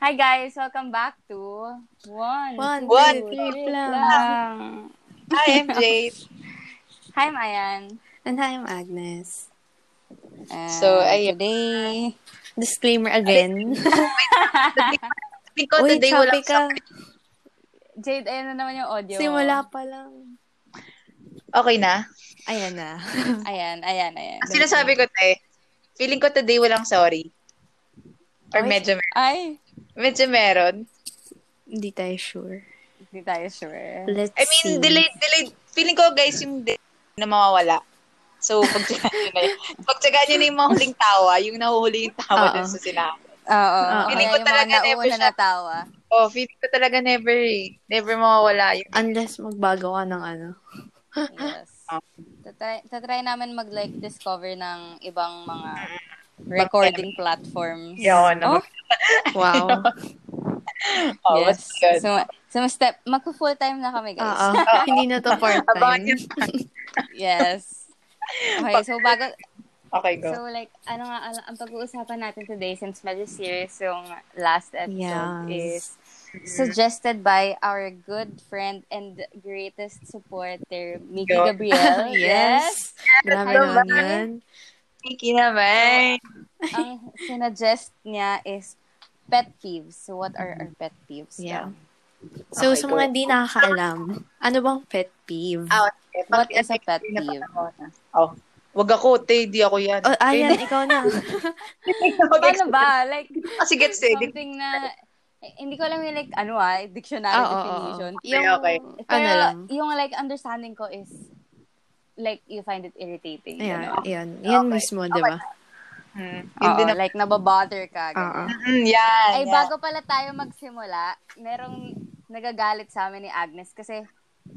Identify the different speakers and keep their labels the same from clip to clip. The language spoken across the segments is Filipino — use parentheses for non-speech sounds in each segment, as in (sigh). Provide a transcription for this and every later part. Speaker 1: Hi guys, welcome back to One,
Speaker 2: One,
Speaker 1: two,
Speaker 2: two,
Speaker 3: One,
Speaker 2: three, lang.
Speaker 1: lang.
Speaker 3: Hi, MJ.
Speaker 1: Hi, Mayan.
Speaker 2: And hi, I'm Agnes.
Speaker 1: And
Speaker 3: So, ayun. eh.
Speaker 1: Today,
Speaker 2: Disclaimer again.
Speaker 3: Because
Speaker 2: Uy,
Speaker 3: today
Speaker 2: choppy
Speaker 3: walang
Speaker 2: ka.
Speaker 3: sakit.
Speaker 1: Jade, ayan na naman yung audio.
Speaker 2: Simula pa lang.
Speaker 3: Okay na?
Speaker 2: Ayan na.
Speaker 1: Ayan, ayan, ayan.
Speaker 3: Ang sinasabi ko, te, feeling ko today walang sorry. Or
Speaker 1: Ay.
Speaker 3: medyo, mer-
Speaker 1: Ay,
Speaker 3: medyo meron.
Speaker 2: (laughs) Hindi tayo sure.
Speaker 1: hindi tayo sure.
Speaker 2: Let's
Speaker 3: I
Speaker 2: see.
Speaker 3: mean, delayed, delayed. Feeling ko, guys, yung delay na mawawala. So, pagtsagaan nyo na yun. Pagtsagaan nyo na yung mga huling tawa, yung nahuhuli yung tawa
Speaker 2: Oo.
Speaker 3: dun sa sinabi.
Speaker 1: Oo,
Speaker 2: Oo.
Speaker 1: o
Speaker 3: Feeling
Speaker 1: kaya
Speaker 3: ko
Speaker 1: yung mga
Speaker 3: talaga never
Speaker 1: nauna
Speaker 3: siya-
Speaker 1: na
Speaker 2: (laughs)
Speaker 1: tawa.
Speaker 3: Oh, feeling ko talaga never, eh. never mawawala
Speaker 2: (laughs)
Speaker 3: yun.
Speaker 2: Unless magbago ka ng ano.
Speaker 1: Yes. Tatry, tatry namin mag-like discover ng ibang mga recording platforms.
Speaker 3: Yun, ano.
Speaker 1: Oh,
Speaker 2: Wow.
Speaker 3: Oh,
Speaker 1: yes.
Speaker 3: what's good?
Speaker 1: So, so step, mag-full time na kami, guys. (laughs)
Speaker 2: Oo. Hindi na to part-time.
Speaker 3: Abangan yun.
Speaker 1: Yes. Okay, so bago,
Speaker 3: Okay, go.
Speaker 1: so like, ano nga, ano, ang pag-uusapan natin today, since medyo serious yung last episode
Speaker 2: Yes.
Speaker 1: is suggested by our good friend and greatest supporter, Miki
Speaker 3: Yo.
Speaker 1: (laughs) Gabriel.
Speaker 2: (laughs) yes. Grabe
Speaker 1: Hello,
Speaker 2: naman
Speaker 1: bye.
Speaker 2: yan.
Speaker 3: Thank you naman.
Speaker 1: Yes. Ang sinuggest niya is pet peeves. So, what are our pet peeves?
Speaker 2: Yeah. So,
Speaker 3: Okay,
Speaker 2: sa
Speaker 3: go.
Speaker 2: mga di nakakaalam, ano bang pet peeve?
Speaker 3: Ah, okay.
Speaker 1: What
Speaker 3: Pag-
Speaker 1: is a pet
Speaker 3: Hindi na
Speaker 1: peeve?
Speaker 3: patawad ah. Oh. Wag ako, te. Di ako yan.
Speaker 2: Oh, ayan, ikaw na.
Speaker 1: Paano ba? Like,
Speaker 3: Kasi gets eh. di-
Speaker 1: something na, eh, hindi ko alam yung like, ano ah, dictionary
Speaker 2: Oo, oo, oo.
Speaker 1: definition.
Speaker 2: Yung,
Speaker 3: Okay, okay.
Speaker 1: Pero
Speaker 2: ano lang.
Speaker 1: yung like understanding ko is like you find it irritating.
Speaker 2: Ayan,
Speaker 1: Yeah.
Speaker 2: ayan. Yan
Speaker 3: Okay.
Speaker 2: mismo, di ba?
Speaker 3: Hmm. Yun
Speaker 1: Oo,
Speaker 3: din ako.
Speaker 1: like nababother ka. ganun.
Speaker 2: Oo.
Speaker 3: Mm, yan.
Speaker 1: Ay,
Speaker 3: yan.
Speaker 1: bago pala tayo magsimula, merong nagagalit sa amin ni Agnes kasi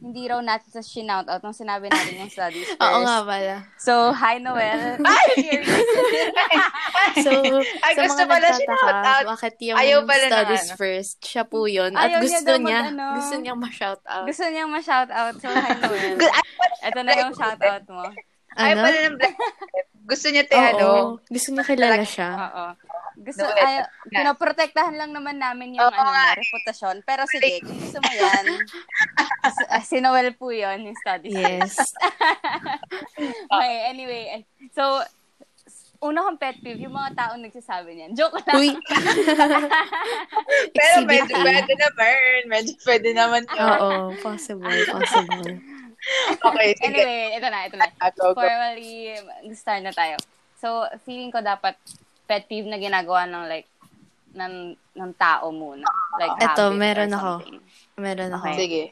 Speaker 1: hindi raw natin sa shinout out nung sinabi natin yung
Speaker 3: (laughs)
Speaker 1: studies first.
Speaker 2: Oo nga pala.
Speaker 1: So, hi Noel. (laughs) You're listening.
Speaker 2: So,
Speaker 3: (laughs) Ay,
Speaker 2: sa
Speaker 3: gusto
Speaker 2: mga
Speaker 3: pala
Speaker 2: nagtataka,
Speaker 3: shoutout.
Speaker 2: bakit yung
Speaker 3: Ayaw pala ng
Speaker 2: studies
Speaker 3: ano.
Speaker 2: first, siya po yun.
Speaker 1: Ayaw
Speaker 2: At
Speaker 1: niya
Speaker 2: gusto
Speaker 1: daw
Speaker 2: niya,
Speaker 1: mag-ano.
Speaker 2: gusto niya ma-shout out.
Speaker 1: Gusto niyang ma-shout out. So, hi Noel.
Speaker 3: Gu- Ay, pala,
Speaker 1: Ito na yung shout out mo.
Speaker 3: ay,
Speaker 2: ano?
Speaker 3: pala ng black. Gusto niya, te,
Speaker 2: Oo,
Speaker 3: ano? oh.
Speaker 2: gusto niya kilala siya.
Speaker 1: Oo. Gusto,
Speaker 3: Noel.
Speaker 1: ay, pinoprotektahan lang naman namin yung
Speaker 3: Oo
Speaker 1: ano,
Speaker 3: nga
Speaker 1: na, reputasyon. Pero sige, kung gusto mo
Speaker 3: (laughs)
Speaker 1: yan, s- ah, si Noel po yun, yung studies
Speaker 3: (laughs)
Speaker 2: Yes.
Speaker 1: Okay, anyway. eh, So, s- una kong pet peeve, yung mga taong nagsasabi niyan. Joke
Speaker 2: (laughs)
Speaker 1: lang.
Speaker 2: Uy.
Speaker 3: Pero medyo
Speaker 2: Exhibit A.
Speaker 3: pwede na burn. Medyo pwede naman yun.
Speaker 2: Oo, possible, possible.
Speaker 3: Okay, sige.
Speaker 1: Anyway, ito na, ito na.
Speaker 3: Ah, go, go.
Speaker 1: Formally, start na tayo. So, feeling ko dapat pet peeve na ginagawa ng like, ng, ng tao muna. Like, habit
Speaker 2: Ito,
Speaker 1: or
Speaker 2: meron ako.
Speaker 1: something.
Speaker 2: Meron ako.
Speaker 1: Okay.
Speaker 3: Sige.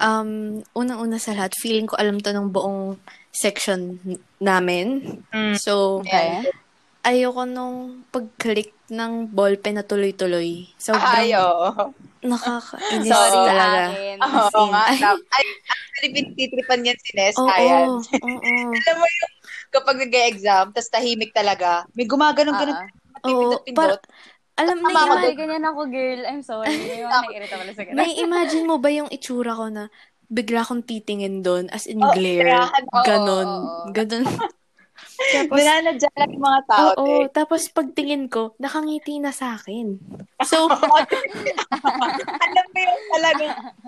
Speaker 2: Um, unang-una sa lahat, feeling ko alam to ng buong section n- namin.
Speaker 3: Mm.
Speaker 2: So,
Speaker 1: Okay.
Speaker 2: ayoko nung pag-click ng ballpen na tuloy-tuloy. Sobrang
Speaker 3: Ay, oo.
Speaker 2: nakakainis
Speaker 1: Sorry, ah,
Speaker 2: talaga.
Speaker 1: Aaron.
Speaker 3: Oo nga.
Speaker 2: Ay.
Speaker 3: tap- Ay, actually, pinititripan yan si Ness.
Speaker 2: Oo,
Speaker 3: (laughs) Ayan.
Speaker 2: oo, oo.
Speaker 3: Alam mo yung kapag nag-exam, tas tahimik talaga, may gumaganong ganun.
Speaker 1: Oo.
Speaker 2: Oo,
Speaker 3: (laughs) Pipindot-pindot.
Speaker 2: par- alam na
Speaker 3: Tama
Speaker 1: Ay,
Speaker 3: Ako
Speaker 2: ima-
Speaker 1: may ganyan ako, girl. I'm sorry. May mga naiirita pala sa ganun.
Speaker 2: may imagine mo ba yung itsura ko na bigla akong titingin doon as in
Speaker 3: Oo,
Speaker 2: glare.
Speaker 3: grabe.
Speaker 1: Oo,
Speaker 2: Ganon.
Speaker 1: oo, oo.
Speaker 2: Ganon. tapos,
Speaker 3: Nananadya lang yung mga tao,
Speaker 2: oo,
Speaker 3: te.
Speaker 2: tapos pagtingin ko, nakangiti na sa akin. So, (laughs)
Speaker 3: alam mo yung talaga,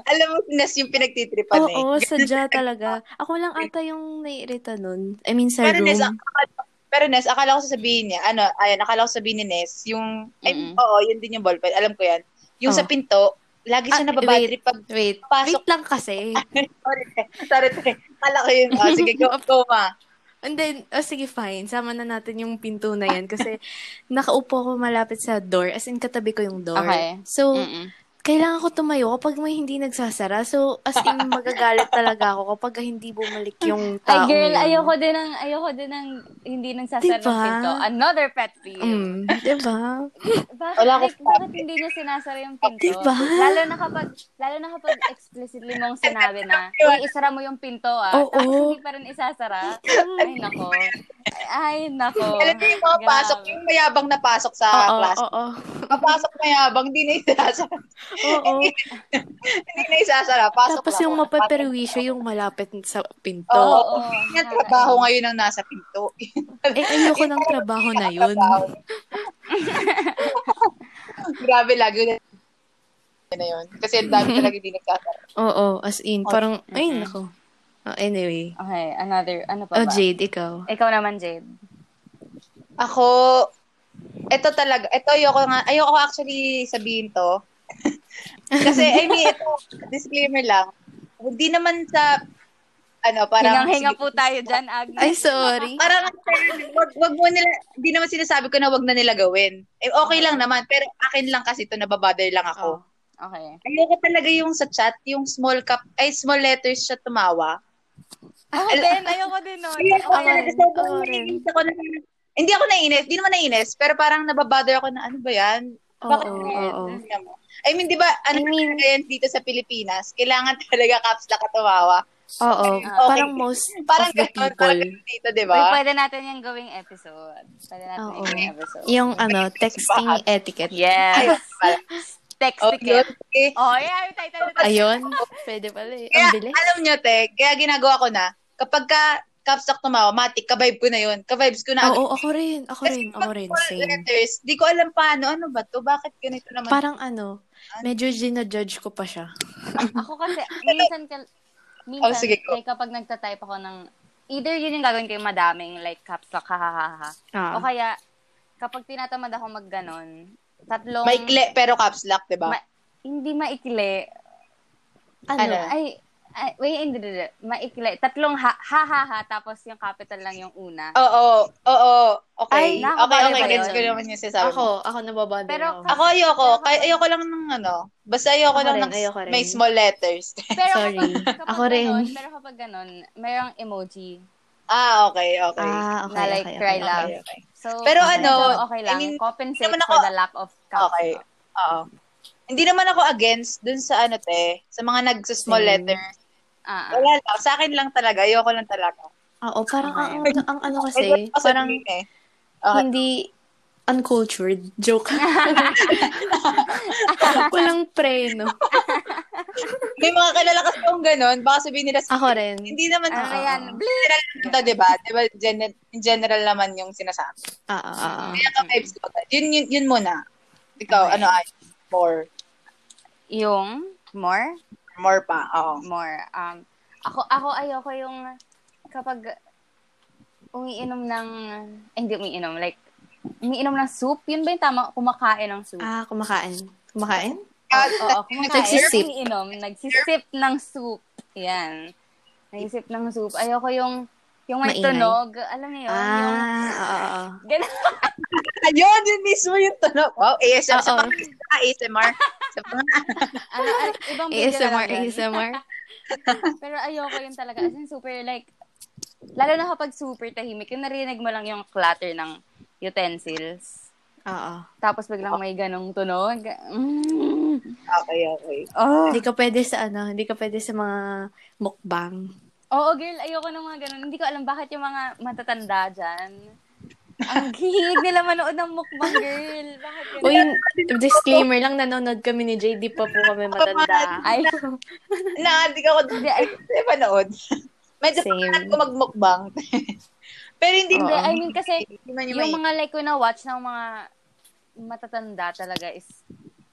Speaker 3: alam mo, Ness, yung pinagtitripan eh.
Speaker 2: oo, sadya talaga. Ako lang ata yung naiirita nun. I mean, sa
Speaker 3: Pero Ness,
Speaker 2: room.
Speaker 3: akala, pero Ness, akala ko sasabihin niya, ano, ayun, akala ko sabihin ni Ness, yung, ay,
Speaker 1: Mm-mm.
Speaker 3: oo, yun din yung ballpen, alam ko yan. Yung
Speaker 2: Oh.
Speaker 3: sa pinto, lagi siya
Speaker 2: Ah,
Speaker 3: nababadri pag,
Speaker 2: Wait,
Speaker 3: Pasok.
Speaker 2: wait lang kasi.
Speaker 3: sorry, (laughs) te, sorry, te, akala ko yun, ah, sige, go, go,
Speaker 1: (laughs)
Speaker 3: ma.
Speaker 2: And then, oh, sige, fine. Sama na natin yung pinto na yan. Kasi, nakaupo ko malapit sa door. As in, katabi ko yung door.
Speaker 1: Okay.
Speaker 2: So,
Speaker 1: Mm-mm.
Speaker 2: kailangan ko tumayo kapag may hindi nagsasara. So, as in, magagalit talaga ako kapag hindi bumalik
Speaker 1: Ay,
Speaker 2: yung tao.
Speaker 1: girl, ayoko din ng, ayoko din ng, hindi nang sasar ng
Speaker 2: Diba?
Speaker 1: pinto. Another pet peeve.
Speaker 2: Mm, diba?
Speaker 1: Bakit,
Speaker 3: Wala
Speaker 1: like,
Speaker 3: akong
Speaker 1: bakit
Speaker 3: sabi.
Speaker 1: hindi niya sinasara yung pinto?
Speaker 2: Diba?
Speaker 1: Lalo na kapag, lalo na kapag explicitly mong sinabi na, uy, isara mo yung pinto ah.
Speaker 2: Oo.
Speaker 1: Tapos hindi pa rin isasara. Ay, nako. Ay, nako.
Speaker 3: Alam mo yung mga
Speaker 1: Grabe.
Speaker 3: pasok, yung mayabang na pasok sa
Speaker 2: Oo,
Speaker 3: class.
Speaker 2: oo,
Speaker 3: Mapasok mayabang, hindi na isasara. (laughs)
Speaker 2: oo.
Speaker 3: Hindi na isasara. Pasok
Speaker 2: Tapos
Speaker 3: lang
Speaker 2: yung
Speaker 3: ako.
Speaker 2: mapaperwisyo yung malapit sa
Speaker 3: Oo.
Speaker 2: pinto.
Speaker 1: Oo.
Speaker 3: Yan trabaho ngayon ang nasa pinto.
Speaker 2: (laughs)
Speaker 3: (laughs)
Speaker 2: Eh, ayoko ng trabaho na yun.
Speaker 3: Trabaho. grabe lagi na na yun. Kasi ang
Speaker 2: (laughs)
Speaker 3: dami talaga hindi nagkakaroon.
Speaker 2: Oo, as in. Parang, ay,
Speaker 1: mm-mm.
Speaker 2: nako. Oh, anyway.
Speaker 1: Okay, another, ano pa
Speaker 2: Oh,
Speaker 1: ba?
Speaker 2: Jade, ikaw.
Speaker 1: Ikaw naman, Jade.
Speaker 3: Ako, ito talaga, ito ayoko nga, ayoko actually sabihin to. (laughs) Kasi, I mean, ito, disclaimer lang. Hindi naman sa, ano, parang,
Speaker 1: Hingang-hinga
Speaker 3: sige,
Speaker 1: po tayo dyan, Agnes.
Speaker 2: Ay, sorry.
Speaker 3: parang, wag, wag mo nila, hindi naman sinasabi ko na wag na nila gawin. Eh, okay lang naman, pero akin lang kasi ito, nababother lang ako.
Speaker 1: Oh, okay.
Speaker 3: Ayoko talaga yung sa chat, yung small cap, ay, small letters siya tumawa.
Speaker 1: Ako
Speaker 3: Al-
Speaker 1: din, ayoko din nun.
Speaker 3: Ayoko
Speaker 1: Ako
Speaker 3: talaga.
Speaker 1: din.
Speaker 3: Sobrang
Speaker 2: ako rin.
Speaker 3: naiinis ako na, hindi ako naiinis, hindi naman naiinis, pero parang nababother ako na ano ba yan?
Speaker 2: Oo,
Speaker 3: Bakit
Speaker 2: oo,
Speaker 3: ganyan?
Speaker 2: oo.
Speaker 3: Ganyan mo. I mean, di ba, ano
Speaker 2: I mean-
Speaker 3: talaga yan dito sa Pilipinas? Kailangan (laughs) talaga caps lock at tumawa.
Speaker 2: Oo,
Speaker 3: Okay.
Speaker 2: parang most
Speaker 3: Parang
Speaker 2: of the
Speaker 3: ganun, parang
Speaker 2: people.
Speaker 3: ganun dito, di
Speaker 1: Uy,
Speaker 3: ba?
Speaker 1: pwede natin yung gawing episode. Pwede natin
Speaker 2: Oo.
Speaker 1: yung gawing episode.
Speaker 2: Yung ano, texting etiquette.
Speaker 3: Ay,
Speaker 1: Yes.
Speaker 3: pala.
Speaker 1: Text
Speaker 3: Oh, yun.
Speaker 1: ticket.
Speaker 3: Okay.
Speaker 1: Oh, yeah. Tayo, tayo, tayo.
Speaker 2: Ayun. Pwede pala eh.
Speaker 3: Kaya,
Speaker 2: Ang bilis.
Speaker 3: alam nyo, te, kaya ginagawa ko na, kapag ka caps lock tumawa, matik, ka-vibe ko na yun. Ka-vibes ko na. Ano,
Speaker 2: Oo, ako rin. Ako rin. Ako
Speaker 3: pag
Speaker 2: rin.
Speaker 3: small
Speaker 2: Ah, Same.
Speaker 3: letters, di ko alam paano, ano ba to? Bakit ganito naman?
Speaker 2: Parang ano, medyo ginajudge ko pa siya.
Speaker 1: Ako kasi, minsan, ka, minsan
Speaker 3: Oh, sige.
Speaker 1: eh, kapag nagtatype ako ng, either yun yung gagawin ko yung madaming, like, caps lock, ha, ha, ha, ha.
Speaker 2: Ah.
Speaker 1: O kaya, kapag tinatamad ako magganon, tatlong,
Speaker 3: Maikli, pero caps lock, di ba?
Speaker 1: ma- hindi maikli, ano,
Speaker 3: Ano?
Speaker 1: ay, ay, wait, hindi, hindi, hindi. maikli, tatlong ha, ha, ha, ha, tapos yung capital lang yung
Speaker 3: Oh,
Speaker 1: una.
Speaker 3: Oo, oo,
Speaker 1: Ay,
Speaker 3: okay. okay,
Speaker 1: nakakabaliw
Speaker 3: okay,
Speaker 1: ba
Speaker 3: gets
Speaker 1: yun?
Speaker 3: ko naman yung sinasabi. Ako,
Speaker 2: Ako, ako nababother
Speaker 1: Pero
Speaker 2: ako.
Speaker 3: ako ayoko. Kaya ayoko lang ng ano. Basta ayoko
Speaker 2: Ako
Speaker 3: lang
Speaker 2: rin,
Speaker 3: ng
Speaker 2: ayoko rin.
Speaker 3: may small letters. (laughs)
Speaker 1: Pero
Speaker 2: Sorry.
Speaker 1: kapag, kapag
Speaker 2: Ako rin.
Speaker 1: ganon, pero kapag ganon, mayroong emoji
Speaker 3: ah, okay, okay.
Speaker 2: Ah, okay,
Speaker 1: na like
Speaker 2: okay,
Speaker 1: cry
Speaker 2: okay.
Speaker 1: love.
Speaker 3: Okay, okay.
Speaker 1: So,
Speaker 3: Pero
Speaker 1: okay,
Speaker 3: ano,
Speaker 1: so okay lang.
Speaker 3: I mean,
Speaker 1: compensate
Speaker 3: naman
Speaker 1: for
Speaker 3: ako-
Speaker 1: the lack of caps.
Speaker 3: Okay. Oo. Hindi naman ako against dun sa ano te, sa mga nagsa-small
Speaker 2: Same.
Speaker 3: letters.
Speaker 1: Ah, ah.
Speaker 3: Wala lang. Sa akin lang talaga. Ayoko lang talaga.
Speaker 2: Oo, parang ang,
Speaker 1: Okay.
Speaker 2: ang, ang ano
Speaker 3: Ayoko
Speaker 2: kasi,
Speaker 3: lang sa
Speaker 2: parang
Speaker 3: sabihin eh. Okay.
Speaker 2: hindi uncultured. Joke. Walang preno.
Speaker 3: May mga kilala kasi yung ganun. Baka sabihin nila,
Speaker 2: Ako rin. Ah,
Speaker 3: hindi naman
Speaker 1: Ano
Speaker 3: to.
Speaker 1: ba yan?
Speaker 3: General naman to, di ba? Di ba, gen- in general naman yung sinasabi.
Speaker 2: Ah, ah, ah, ah.
Speaker 3: Kaya ka vibes ko. Yun, yun, yun muna. Ikaw, ano ay? More.
Speaker 1: Yung more,
Speaker 3: More pa. Oo.
Speaker 1: more. Um, ako, ako ayoko yung kapag umiinom ng, eh, hindi umiinom, like, umiinom ng soup. Yun ba yung tama? Kumakain ng soup.
Speaker 2: Ah, kumakain. Kumakain?
Speaker 1: Oo, kumakain.
Speaker 2: (laughs) Nagsisip.
Speaker 1: Umiinom, nagsisip ng soup. Yan. Nagsisip ng soup. Ayoko yung, yung may
Speaker 2: Maingay.
Speaker 1: tunog. Alam niyo yun? Yung,
Speaker 2: Ah, oo, oo.
Speaker 1: ganun.
Speaker 3: (laughs) Ayun, yun mismo yung tunog. Wow, ASMR. Sa
Speaker 2: Oo.
Speaker 3: mga ah, ASMR. Sa mga,
Speaker 1: ano, ano,
Speaker 2: (laughs)
Speaker 1: ibang video na
Speaker 2: ASMR,
Speaker 1: lang yan.
Speaker 2: ASMR.
Speaker 3: (laughs)
Speaker 1: Pero ayoko yun talaga. As in, super like, lalo na kapag super tahimik, yung narinig mo lang yung clatter ng utensils.
Speaker 2: Oo.
Speaker 1: Tapos biglang may ganong tunog. Mm.
Speaker 3: okay, okay.
Speaker 1: Oh.
Speaker 2: Hindi ka pwede sa ano, hindi ka pwede sa mga mukbang.
Speaker 1: Oo, girl, ayoko ng mga ganon. Hindi ko alam bakit yung mga matatanda dyan. Ang hihilig nila manood ng mukbang, girl. Bakit ganun?
Speaker 2: Uy, disclaimer lang, nanonood kami ni JD pa po kami matanda.
Speaker 1: Ay,
Speaker 3: Naadik ako doon.
Speaker 1: hindi, ay,
Speaker 3: Eh, panood. (laughs) Medyo
Speaker 2: Same.
Speaker 3: pangarap ko magmukbang. (laughs) Pero hindi
Speaker 1: hindi.
Speaker 3: naman
Speaker 1: I mean, kasi
Speaker 3: Hindi man yung,
Speaker 1: yung
Speaker 3: may-
Speaker 1: mga like ko na watch ng mga matatanda talaga is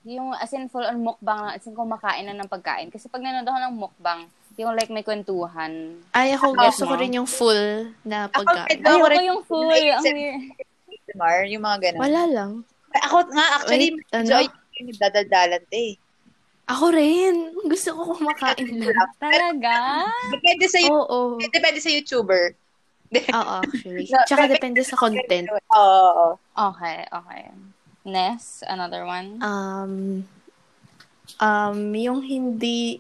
Speaker 1: yung as in full on mukbang lang, as in kumakain na ng pagkain. Kasi pag nanonood ako ng mukbang, yung like may kwentuhan.
Speaker 2: Ay, ako
Speaker 3: Ako.
Speaker 2: gusto ko rin yung full na pagkain.
Speaker 3: Ako
Speaker 1: Ayoko
Speaker 3: rin.
Speaker 1: yung full. Ang weird.
Speaker 3: ASMR, yung mga ganun.
Speaker 2: Wala lang.
Speaker 3: Ako nga, actually,
Speaker 2: Wait,
Speaker 3: medyo
Speaker 2: ano?
Speaker 3: ayoko yung nagdadaldalan eh. te.
Speaker 2: Ako rin. Gusto ko kumakain lang.
Speaker 1: Talaga?
Speaker 3: Depende sa
Speaker 2: Oo. Oo,
Speaker 3: depende sa YouTuber.
Speaker 2: actually.
Speaker 3: (laughs) No,
Speaker 2: Tsaka
Speaker 3: pero-
Speaker 2: depende sa content.
Speaker 3: Oo, Oo. oo.
Speaker 1: Okay, okay. Ness, another one.
Speaker 2: Um, um, yung hindi,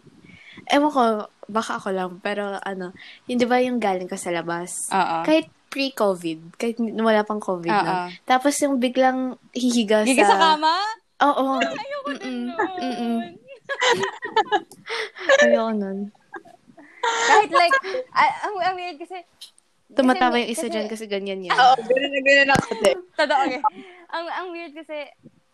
Speaker 2: ewan ko, baka ako lang, pero ano, hindi ba yung galing ka sa labas?
Speaker 1: Oo.
Speaker 2: Kahit pre-COVID, kahit wala pang COVID
Speaker 1: Oo.
Speaker 2: na. Tapos yung biglang hihiga
Speaker 1: Gigi Ah, sa kama?
Speaker 2: Oo.
Speaker 1: (laughs) Ayoko din
Speaker 2: Mm-mm.
Speaker 1: nun.
Speaker 2: Mm-mm. Ayoko nun.
Speaker 1: Kahit like, (laughs) ah, ang, ang weird kasi,
Speaker 2: Tumatawa
Speaker 1: Kasi-
Speaker 2: yung isa
Speaker 1: kasi- Ah, oh.
Speaker 2: dyan kasi ganyan yan.
Speaker 3: Oo, ganun na ganun ako te.
Speaker 1: Totoo eh. ang, ang weird kasi,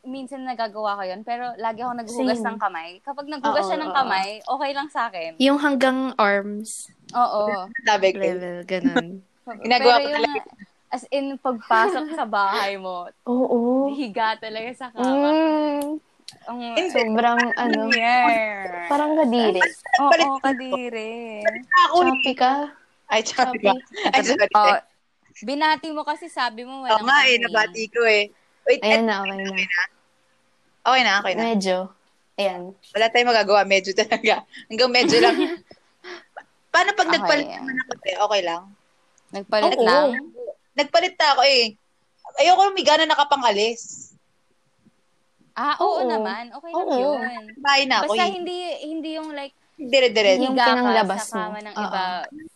Speaker 1: minsan nagagawa ko yun, pero lagi ako naghugas
Speaker 2: Same.
Speaker 1: ng kamay. Kapag naghugas
Speaker 2: Oo,
Speaker 1: siya ng
Speaker 2: oo.
Speaker 1: kamay, okay lang sa akin.
Speaker 2: Yung hanggang arms
Speaker 1: Oo.
Speaker 3: Sabi ko.
Speaker 2: (laughs) level, ganun.
Speaker 3: Ginagawa ko
Speaker 1: Pero yung, as in, pagpasok sa bahay mo,
Speaker 2: Oo.
Speaker 1: higa talaga sa kama.
Speaker 2: Mm.
Speaker 1: Ang
Speaker 2: Sobrang, ano,
Speaker 1: yeah.
Speaker 2: parang kadiri.
Speaker 1: Oo,
Speaker 3: palit-
Speaker 1: oh, kadiri.
Speaker 3: Ako,
Speaker 2: Choppy ka.
Speaker 1: (laughs)
Speaker 3: ay, sorry.
Speaker 2: Choppy.
Speaker 3: Ay, sorry.
Speaker 1: Oh, binati mo kasi sabi mo
Speaker 3: Oo
Speaker 1: walang
Speaker 3: nga eh,
Speaker 1: ano
Speaker 3: nabati ko eh. Wait, et-
Speaker 2: Ayan na, okay na.
Speaker 3: okay na, okay na.
Speaker 2: Medyo. Ayan.
Speaker 3: Wala tayong magagawa, medyo talaga. (laughs) Hanggang medyo lang. Paano pag
Speaker 1: Okay.
Speaker 3: nagpalit naman ako, te? Okay lang.
Speaker 1: Nagpalit
Speaker 3: Oo.
Speaker 1: lang.
Speaker 3: Nagpalit na ako eh. Ayoko yung migana nakapangalis.
Speaker 1: Ah, oo,
Speaker 2: Oo.
Speaker 1: naman. Okay lang
Speaker 2: Oo.
Speaker 1: yun.
Speaker 3: Bahay na ako. eh.
Speaker 1: Basta
Speaker 3: Basta,
Speaker 1: hindi hindi yung like
Speaker 3: dire-dire.
Speaker 2: Yung
Speaker 1: higa ka
Speaker 2: pinanglabas
Speaker 1: sa kama
Speaker 2: mo.
Speaker 1: ng
Speaker 2: Oo.
Speaker 1: iba.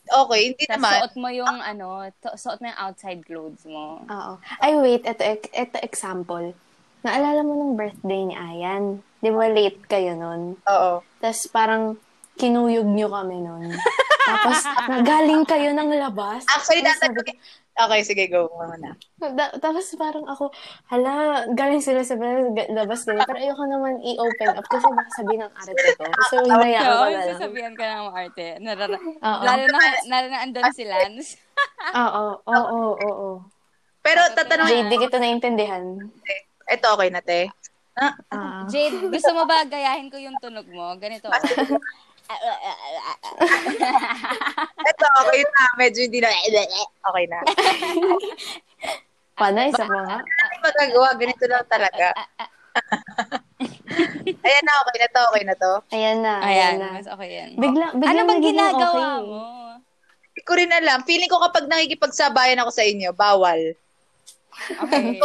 Speaker 3: Okay, hindi
Speaker 1: Tapos
Speaker 3: naman.
Speaker 1: suot mo yung ano, to- suot mo yung outside clothes mo.
Speaker 2: Oo. Ay, wait. Ito, ek- ito example. Naalala mo nung birthday ni Ayan? Di ba late kayo nun?
Speaker 3: Oo.
Speaker 2: Tapos parang kinuyog nyo kami nun.
Speaker 1: (laughs)
Speaker 2: Tapos nagaling kayo ng labas.
Speaker 3: Actually,
Speaker 2: Tapos
Speaker 3: dapat...
Speaker 2: sabi-
Speaker 3: Okay, sige, go muna.
Speaker 2: Da- tapos parang ako, hala, galing sila sa ga- labas ganyan. Pero ayoko naman i-open up kasi baka sabihin ng arte ko. So,
Speaker 1: Ah,
Speaker 2: hinayaan ko
Speaker 1: Oo,
Speaker 2: na lang.
Speaker 1: sasabihan ka ng arte. Narara-
Speaker 2: Oo.
Speaker 1: Lalo na, lalo na andun si Lance.
Speaker 2: Oo, oo, oo, oo.
Speaker 3: Pero
Speaker 1: Ah.
Speaker 3: tatanungin,
Speaker 2: Jade, di kita naintindihan.
Speaker 3: eto okay na, te. Ah,
Speaker 2: Ah.
Speaker 1: Jade, gusto mo ba gayahin ko yung tunog mo? Ganito. oh. Ah, ah, ah, ah, ah.
Speaker 3: eto, okay na. Medyo hindi na. (laughs) Okay na.
Speaker 2: Panay sa mga.
Speaker 3: Ang magagawa, ganito lang
Speaker 2: (laughs)
Speaker 3: talaga. Ayan na, okay na to, okay na to.
Speaker 2: Ayan na, ayan,
Speaker 1: Ayan,
Speaker 2: na.
Speaker 1: mas okay yan.
Speaker 2: Bigla, bigla
Speaker 1: ano bang ginagawa
Speaker 2: okay.
Speaker 1: mo?
Speaker 3: Hindi ko rin alam. Feeling ko kapag nakikipagsabayan ako sa inyo, bawal.
Speaker 1: Okay.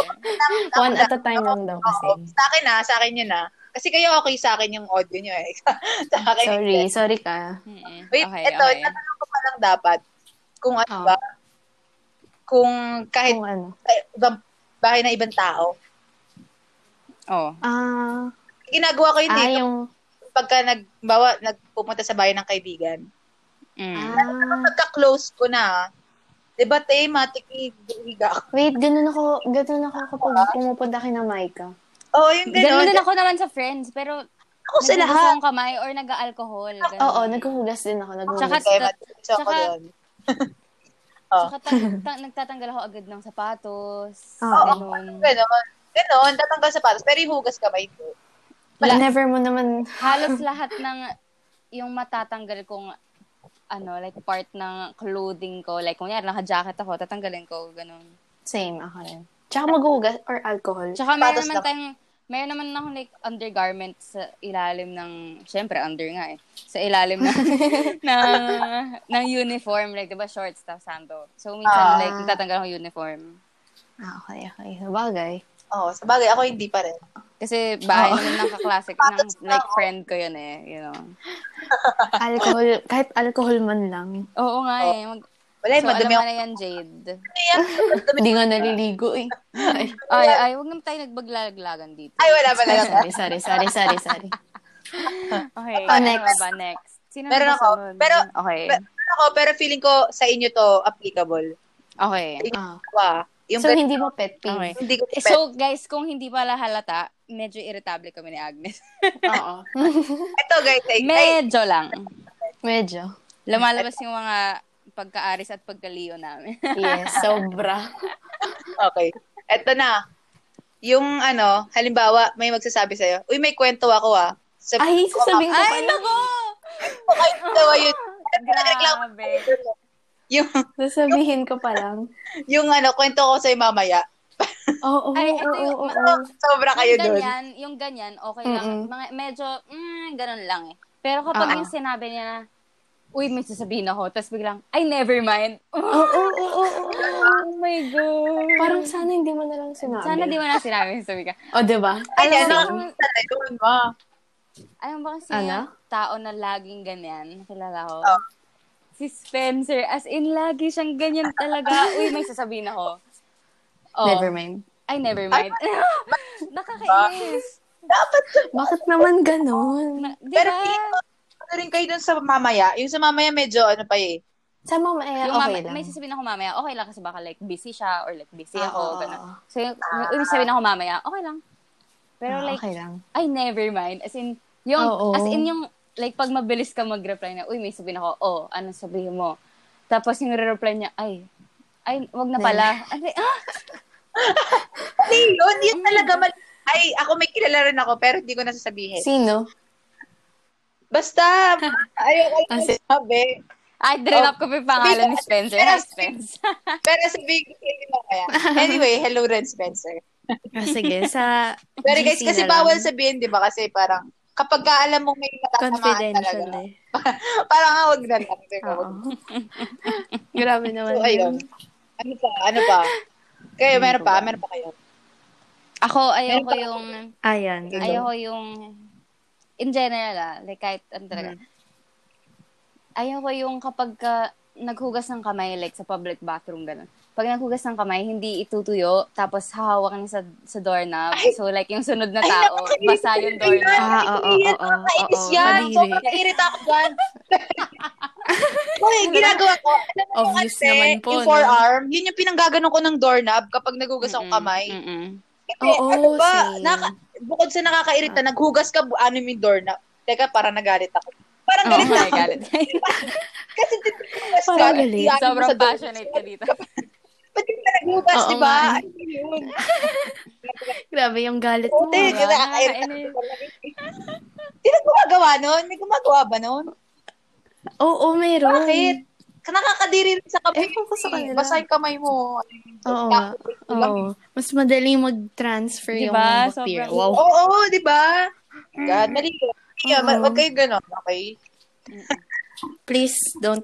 Speaker 2: One at a time lang daw kasi.
Speaker 3: Oo. Sa akin na, sa akin yun na. Kasi kayo okay sa akin yung audio nyo eh. (laughs) sa akin.
Speaker 2: Sorry, sorry ka.
Speaker 1: Mm-mm.
Speaker 3: Wait,
Speaker 1: okay,
Speaker 3: eto,
Speaker 1: okay.
Speaker 3: tatanong ko pa lang dapat. Kung ano
Speaker 2: Oo.
Speaker 3: ba? Kung kahit
Speaker 2: Kung ano.
Speaker 3: eh, ibang bahay na ibang tao.
Speaker 1: Oh.
Speaker 2: Ah,
Speaker 3: Ginagawa ko yun
Speaker 2: ah,
Speaker 3: dito
Speaker 2: yung,
Speaker 3: pagka nag, bawa, nagpupunta sa bahay ng kaibigan.
Speaker 1: Mm.
Speaker 2: ah,
Speaker 3: Pagka-close ko na, di ba te, matiki, higa ako.
Speaker 2: wait, ganun ako, ganun ako kapag pumupunta kay na Maika.
Speaker 3: Oo, yung
Speaker 1: Oh, Ganun
Speaker 3: ganun.
Speaker 1: din ako naman sa friends, pero
Speaker 3: ako sa lahat.
Speaker 1: Nagbubusaw ang kamay or nag-alcohol. ganun.
Speaker 2: Oo, naghuhugas din ako,
Speaker 1: Tsaka,
Speaker 2: naghuhugas.
Speaker 3: Okay, matigas ako
Speaker 1: tsaka-
Speaker 3: doon. Oh.
Speaker 1: Tsaka ta- ta- nagtatanggal ako agad ng sapatos.
Speaker 2: Oo.
Speaker 1: Ganun.
Speaker 3: Ganon. Ganon, tatanggal sapatos. Pero yung hugas kamay ko.
Speaker 2: Wala. Never mo naman,
Speaker 1: Halos lahat ng yung matatanggal kong ano, like part ng clothing ko. Like, kunyari, naka-jacket ako, tatanggalin ko, ganun.
Speaker 2: same, ako rin. Tsaka maghuhugas or alcohol.
Speaker 1: Tsaka meron
Speaker 3: Sapatos
Speaker 1: naman
Speaker 3: lang.
Speaker 1: tayong, meron naman akong like undergarments sa ilalim ng, syempre under nga eh, sa ilalim ng, ng, ng uniform. Like, di ba, shorts, tapos sando. So, minsan,
Speaker 3: Ah.
Speaker 1: like, tatanggal ako uniform.
Speaker 2: Ah, okay, okay. Sabagay.
Speaker 3: Oo, Oh, sa bagay, ako hindi pa rin.
Speaker 1: Kasi bahay naman ng kaklase ng like friend ko yun eh, you know.
Speaker 2: Alcohol, kahit alcohol man lang.
Speaker 1: Oo nga eh. Mag-
Speaker 3: Wala,
Speaker 1: so,
Speaker 3: yung madumi
Speaker 1: alam mo
Speaker 3: ako.
Speaker 1: na yan, Jade.
Speaker 3: Yan. Madumi.
Speaker 2: Hindi nga naliligo eh. Ay,
Speaker 1: Ay, ay, huwag naman tayo nagbaglaglagan dito.
Speaker 3: Ay, wala
Speaker 1: (laughs)
Speaker 3: pala.
Speaker 2: sorry, sorry, sorry, sorry, sorry.
Speaker 1: Okay,
Speaker 2: Oh,
Speaker 1: ano
Speaker 2: next.
Speaker 1: ba next? Sino
Speaker 3: Meron
Speaker 1: na
Speaker 3: ako.
Speaker 1: sunod?
Speaker 3: Pero-
Speaker 1: okay.
Speaker 3: Pero ako, pero feeling ko sa inyo to applicable.
Speaker 1: Okay.
Speaker 2: Ah.
Speaker 3: Wow. Yung
Speaker 2: So,
Speaker 3: pet-
Speaker 2: hindi mo pet peeve?
Speaker 1: Okay.
Speaker 3: hindi ko
Speaker 1: Eh,
Speaker 3: pet.
Speaker 1: So, guys, kung hindi pala halata, medyo irritable kami ni (laughs) Agnes.
Speaker 2: Oo.
Speaker 3: Ito, guys. Ay, ay,
Speaker 1: medyo lang.
Speaker 2: Medyo.
Speaker 1: (laughs) Lumalabas yung mga pagkaaris at pagkaliyo namin.
Speaker 2: Yes, sobra.
Speaker 3: okay. Ito na. Yung ano, halimbawa, may magsasabi sa'yo, uy, may kwento ako ah. Sa,
Speaker 2: Ay,
Speaker 1: (laughs)
Speaker 2: sasabihin ko
Speaker 1: ay,
Speaker 2: pala.
Speaker 1: nako!
Speaker 3: ko kayo dalawa yun. Nagreklamo
Speaker 1: Grabe.
Speaker 3: kayo. Yung,
Speaker 2: Sasabihin ko pa lang.
Speaker 3: yung ano, kwento ko sa'yo mamaya.
Speaker 2: (laughs) Oo, oo,
Speaker 1: Ay, ito
Speaker 2: oo,
Speaker 1: yung-
Speaker 2: oo.
Speaker 3: Sobra kayo
Speaker 1: yung
Speaker 3: doon.
Speaker 1: ganyan, yung ganyan, okay lang.
Speaker 2: Mm-mm.
Speaker 1: Mga, medyo, mm, ganun lang eh. Pero kapag
Speaker 2: Oo.
Speaker 1: yung sinabi niya na, uy, may sasabihin ako, tapos biglang, ay, never mind. (laughs) Oh,
Speaker 2: Oo, oo, oo, oo.
Speaker 1: my God.
Speaker 2: Parang sana hindi mo na lang sinabi.
Speaker 1: Sana di mo na sinabi sa ka.
Speaker 2: O, diba?
Speaker 3: Ay,
Speaker 1: Alam
Speaker 3: ano,
Speaker 1: mo-
Speaker 3: talaga yun, ma.
Speaker 1: Alam mo ba kasi
Speaker 2: Ano?
Speaker 1: yung tao na laging ganyan, kilala ko?
Speaker 3: Oh.
Speaker 1: Si Spencer, as in, lagi siyang ganyan
Speaker 2: (laughs)
Speaker 1: talaga. Uy, may sasabihin ako. Oh,
Speaker 2: Never mind.
Speaker 1: Ay, never mind. (laughs) Nakakainis.
Speaker 3: Dapat
Speaker 2: Bakit naman ganun?
Speaker 1: Na, di
Speaker 3: Pero
Speaker 1: ba?
Speaker 3: feeling ko, ano rin kayo dun sa mamaya. Yung sa mamaya medyo ano pa eh.
Speaker 2: Sa mama, eh,
Speaker 1: Yung
Speaker 2: okay
Speaker 1: mama-
Speaker 2: lang.
Speaker 1: may sasabihin ako mamaya, okay lang kasi baka like busy siya or like busy
Speaker 2: Ah,
Speaker 1: ako,
Speaker 2: oo,
Speaker 1: gano'n.
Speaker 2: oo.
Speaker 1: So, yung, yung may sasabihin ako mamaya, okay lang. Pero
Speaker 2: Ah,
Speaker 1: like,
Speaker 2: okay lang.
Speaker 1: I never mind. As in, yung,
Speaker 2: Oo.
Speaker 1: as in yung, like pag mabilis ka mag-reply na, uy, may sabihin ako, oh, ano sabihin mo? Tapos yung re-reply niya, ay, ay, wag na pala. Ay, ah,
Speaker 2: Mm.
Speaker 3: Kasi yun, yun talaga mali Ay, ako may kilala rin ako, pero hindi ko nasasabihin.
Speaker 4: Sino?
Speaker 2: (laughs)
Speaker 3: Basta, ayoko
Speaker 2: Ah,
Speaker 3: lang
Speaker 4: Kasi-
Speaker 3: sabi.
Speaker 1: Ay, drain up Ah, ko pa yung pangalan ni Spencer. Hi, Spence.
Speaker 3: Pero sabihin ko hindi mo kaya. Anyway, hello Red Spencer.
Speaker 2: Ah, sige, (laughs) sa
Speaker 3: Pero
Speaker 2: GC
Speaker 3: guys, kasi
Speaker 2: na lang.
Speaker 3: bawal sabihin, di ba? Kasi parang, kapag ka alam mo may matatamaan
Speaker 2: Confidential
Speaker 3: talaga.
Speaker 2: eh.
Speaker 3: (laughs) Parang ah, wag na lang. Di ba?
Speaker 2: (laughs) Oo. Grabe naman.
Speaker 3: So, ayun. Ano pa? Ano pa? Kayo, meron pa? Meron pa kayo?
Speaker 1: Ako, ayoko yung,
Speaker 2: Ayan.
Speaker 1: ayoko yung, in general ah, like kahit ano talaga.
Speaker 3: Mm.
Speaker 1: Ayoko yung kapag ka, naghugas ng kamay, like sa public bathroom, ganun. Pag naghugas ng kamay, hindi itutuyo, tapos hahawakan niya sa, sa doorknob. so, like, yung sunod na tao,
Speaker 3: nakakainis
Speaker 1: basa yung
Speaker 3: ko yun.
Speaker 1: doorknob.
Speaker 2: Ah, oo, oo,
Speaker 3: Nakakainis,
Speaker 2: oo,
Speaker 3: nakakainis
Speaker 2: oo,
Speaker 3: yan.
Speaker 2: madiri.
Speaker 3: Sobrang naiirita ako
Speaker 2: (laughs)
Speaker 3: dyan. Hoy, ginagawa ko. Alam mo yung
Speaker 2: Obvious
Speaker 3: ante,
Speaker 2: naman po,
Speaker 3: yung
Speaker 2: no?
Speaker 3: forearm, yun yung pinanggaganon ko ng doorknob kapag naghugas ako
Speaker 1: Mm-mm,
Speaker 3: kamay.
Speaker 1: mm-mm.
Speaker 3: Kasi,
Speaker 2: Oo,
Speaker 3: ano ba,
Speaker 2: same.
Speaker 3: naka- bukod sa nakakairita,
Speaker 1: Ah.
Speaker 3: naghugas ka, bu- ano yung doorknob. Teka, parang nagalit ako. Parang
Speaker 1: Oo,
Speaker 3: galit na
Speaker 1: may
Speaker 3: ako.
Speaker 1: galit.
Speaker 3: Kasi tinitigas ka.
Speaker 2: Parang galit.
Speaker 3: iyakin mo
Speaker 1: Sobrang
Speaker 3: sa doorknob.
Speaker 1: passionate ka dito.
Speaker 3: Ba't hindi ka naghugas,
Speaker 2: Oo
Speaker 3: di ba?
Speaker 2: nga.
Speaker 3: Ano yun?
Speaker 2: Grabe yung galit mo.
Speaker 3: Puti,
Speaker 2: ah.
Speaker 3: yun nakakairita.
Speaker 1: Nakakainis.
Speaker 3: Sino gumagawa nun? May gumagawa ba nun?
Speaker 2: Oo, meron.
Speaker 3: Bakit? Nakakadiri rin sa kamay.
Speaker 2: Eh, kung sa kanila.
Speaker 3: Basta yung kamay mo.
Speaker 2: Oo nga. Oo. Mas madali mag-transfer yung
Speaker 1: Diba?
Speaker 2: bacteria.
Speaker 1: Sobrang-
Speaker 2: Wow.
Speaker 3: Oo, di ba? God, mali ka. Yeah,
Speaker 2: Oo.
Speaker 3: ma- Huwag kayo ganon, okay?
Speaker 2: Please, don't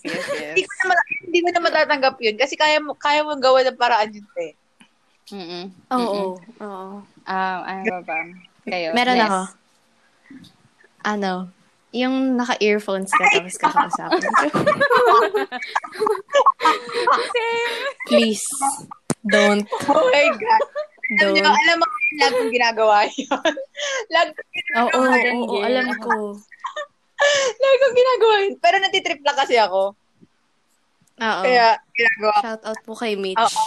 Speaker 1: Yes, yes, yes.
Speaker 3: Hindi ko na, ma- hindi ko na matatanggap yun kasi kaya mo, kaya mo gawa ng paraan yun, eh. te.
Speaker 1: Mm-mm.
Speaker 2: Oo. Oo.
Speaker 1: Um, ano ba ba? Kayo.
Speaker 2: Meron
Speaker 1: Yes.
Speaker 2: ako. Ano? Yung naka-earphones ka tapos kakausapin. Please, don't.
Speaker 3: Oh my
Speaker 2: (laughs)
Speaker 3: God. Alam
Speaker 2: Don't.
Speaker 3: niyo, alam mo, lag kong ginagawa yun. (laughs) lag,
Speaker 2: Oo, oo,
Speaker 1: Modern
Speaker 2: oo,
Speaker 1: girl.
Speaker 2: alam ko.
Speaker 3: lag kong ginagawa yun. Pero natitrip lang kasi ako.
Speaker 2: Oo.
Speaker 3: Kaya, ginagawa ko.
Speaker 2: Shout out po kay Mitch.
Speaker 3: Oo.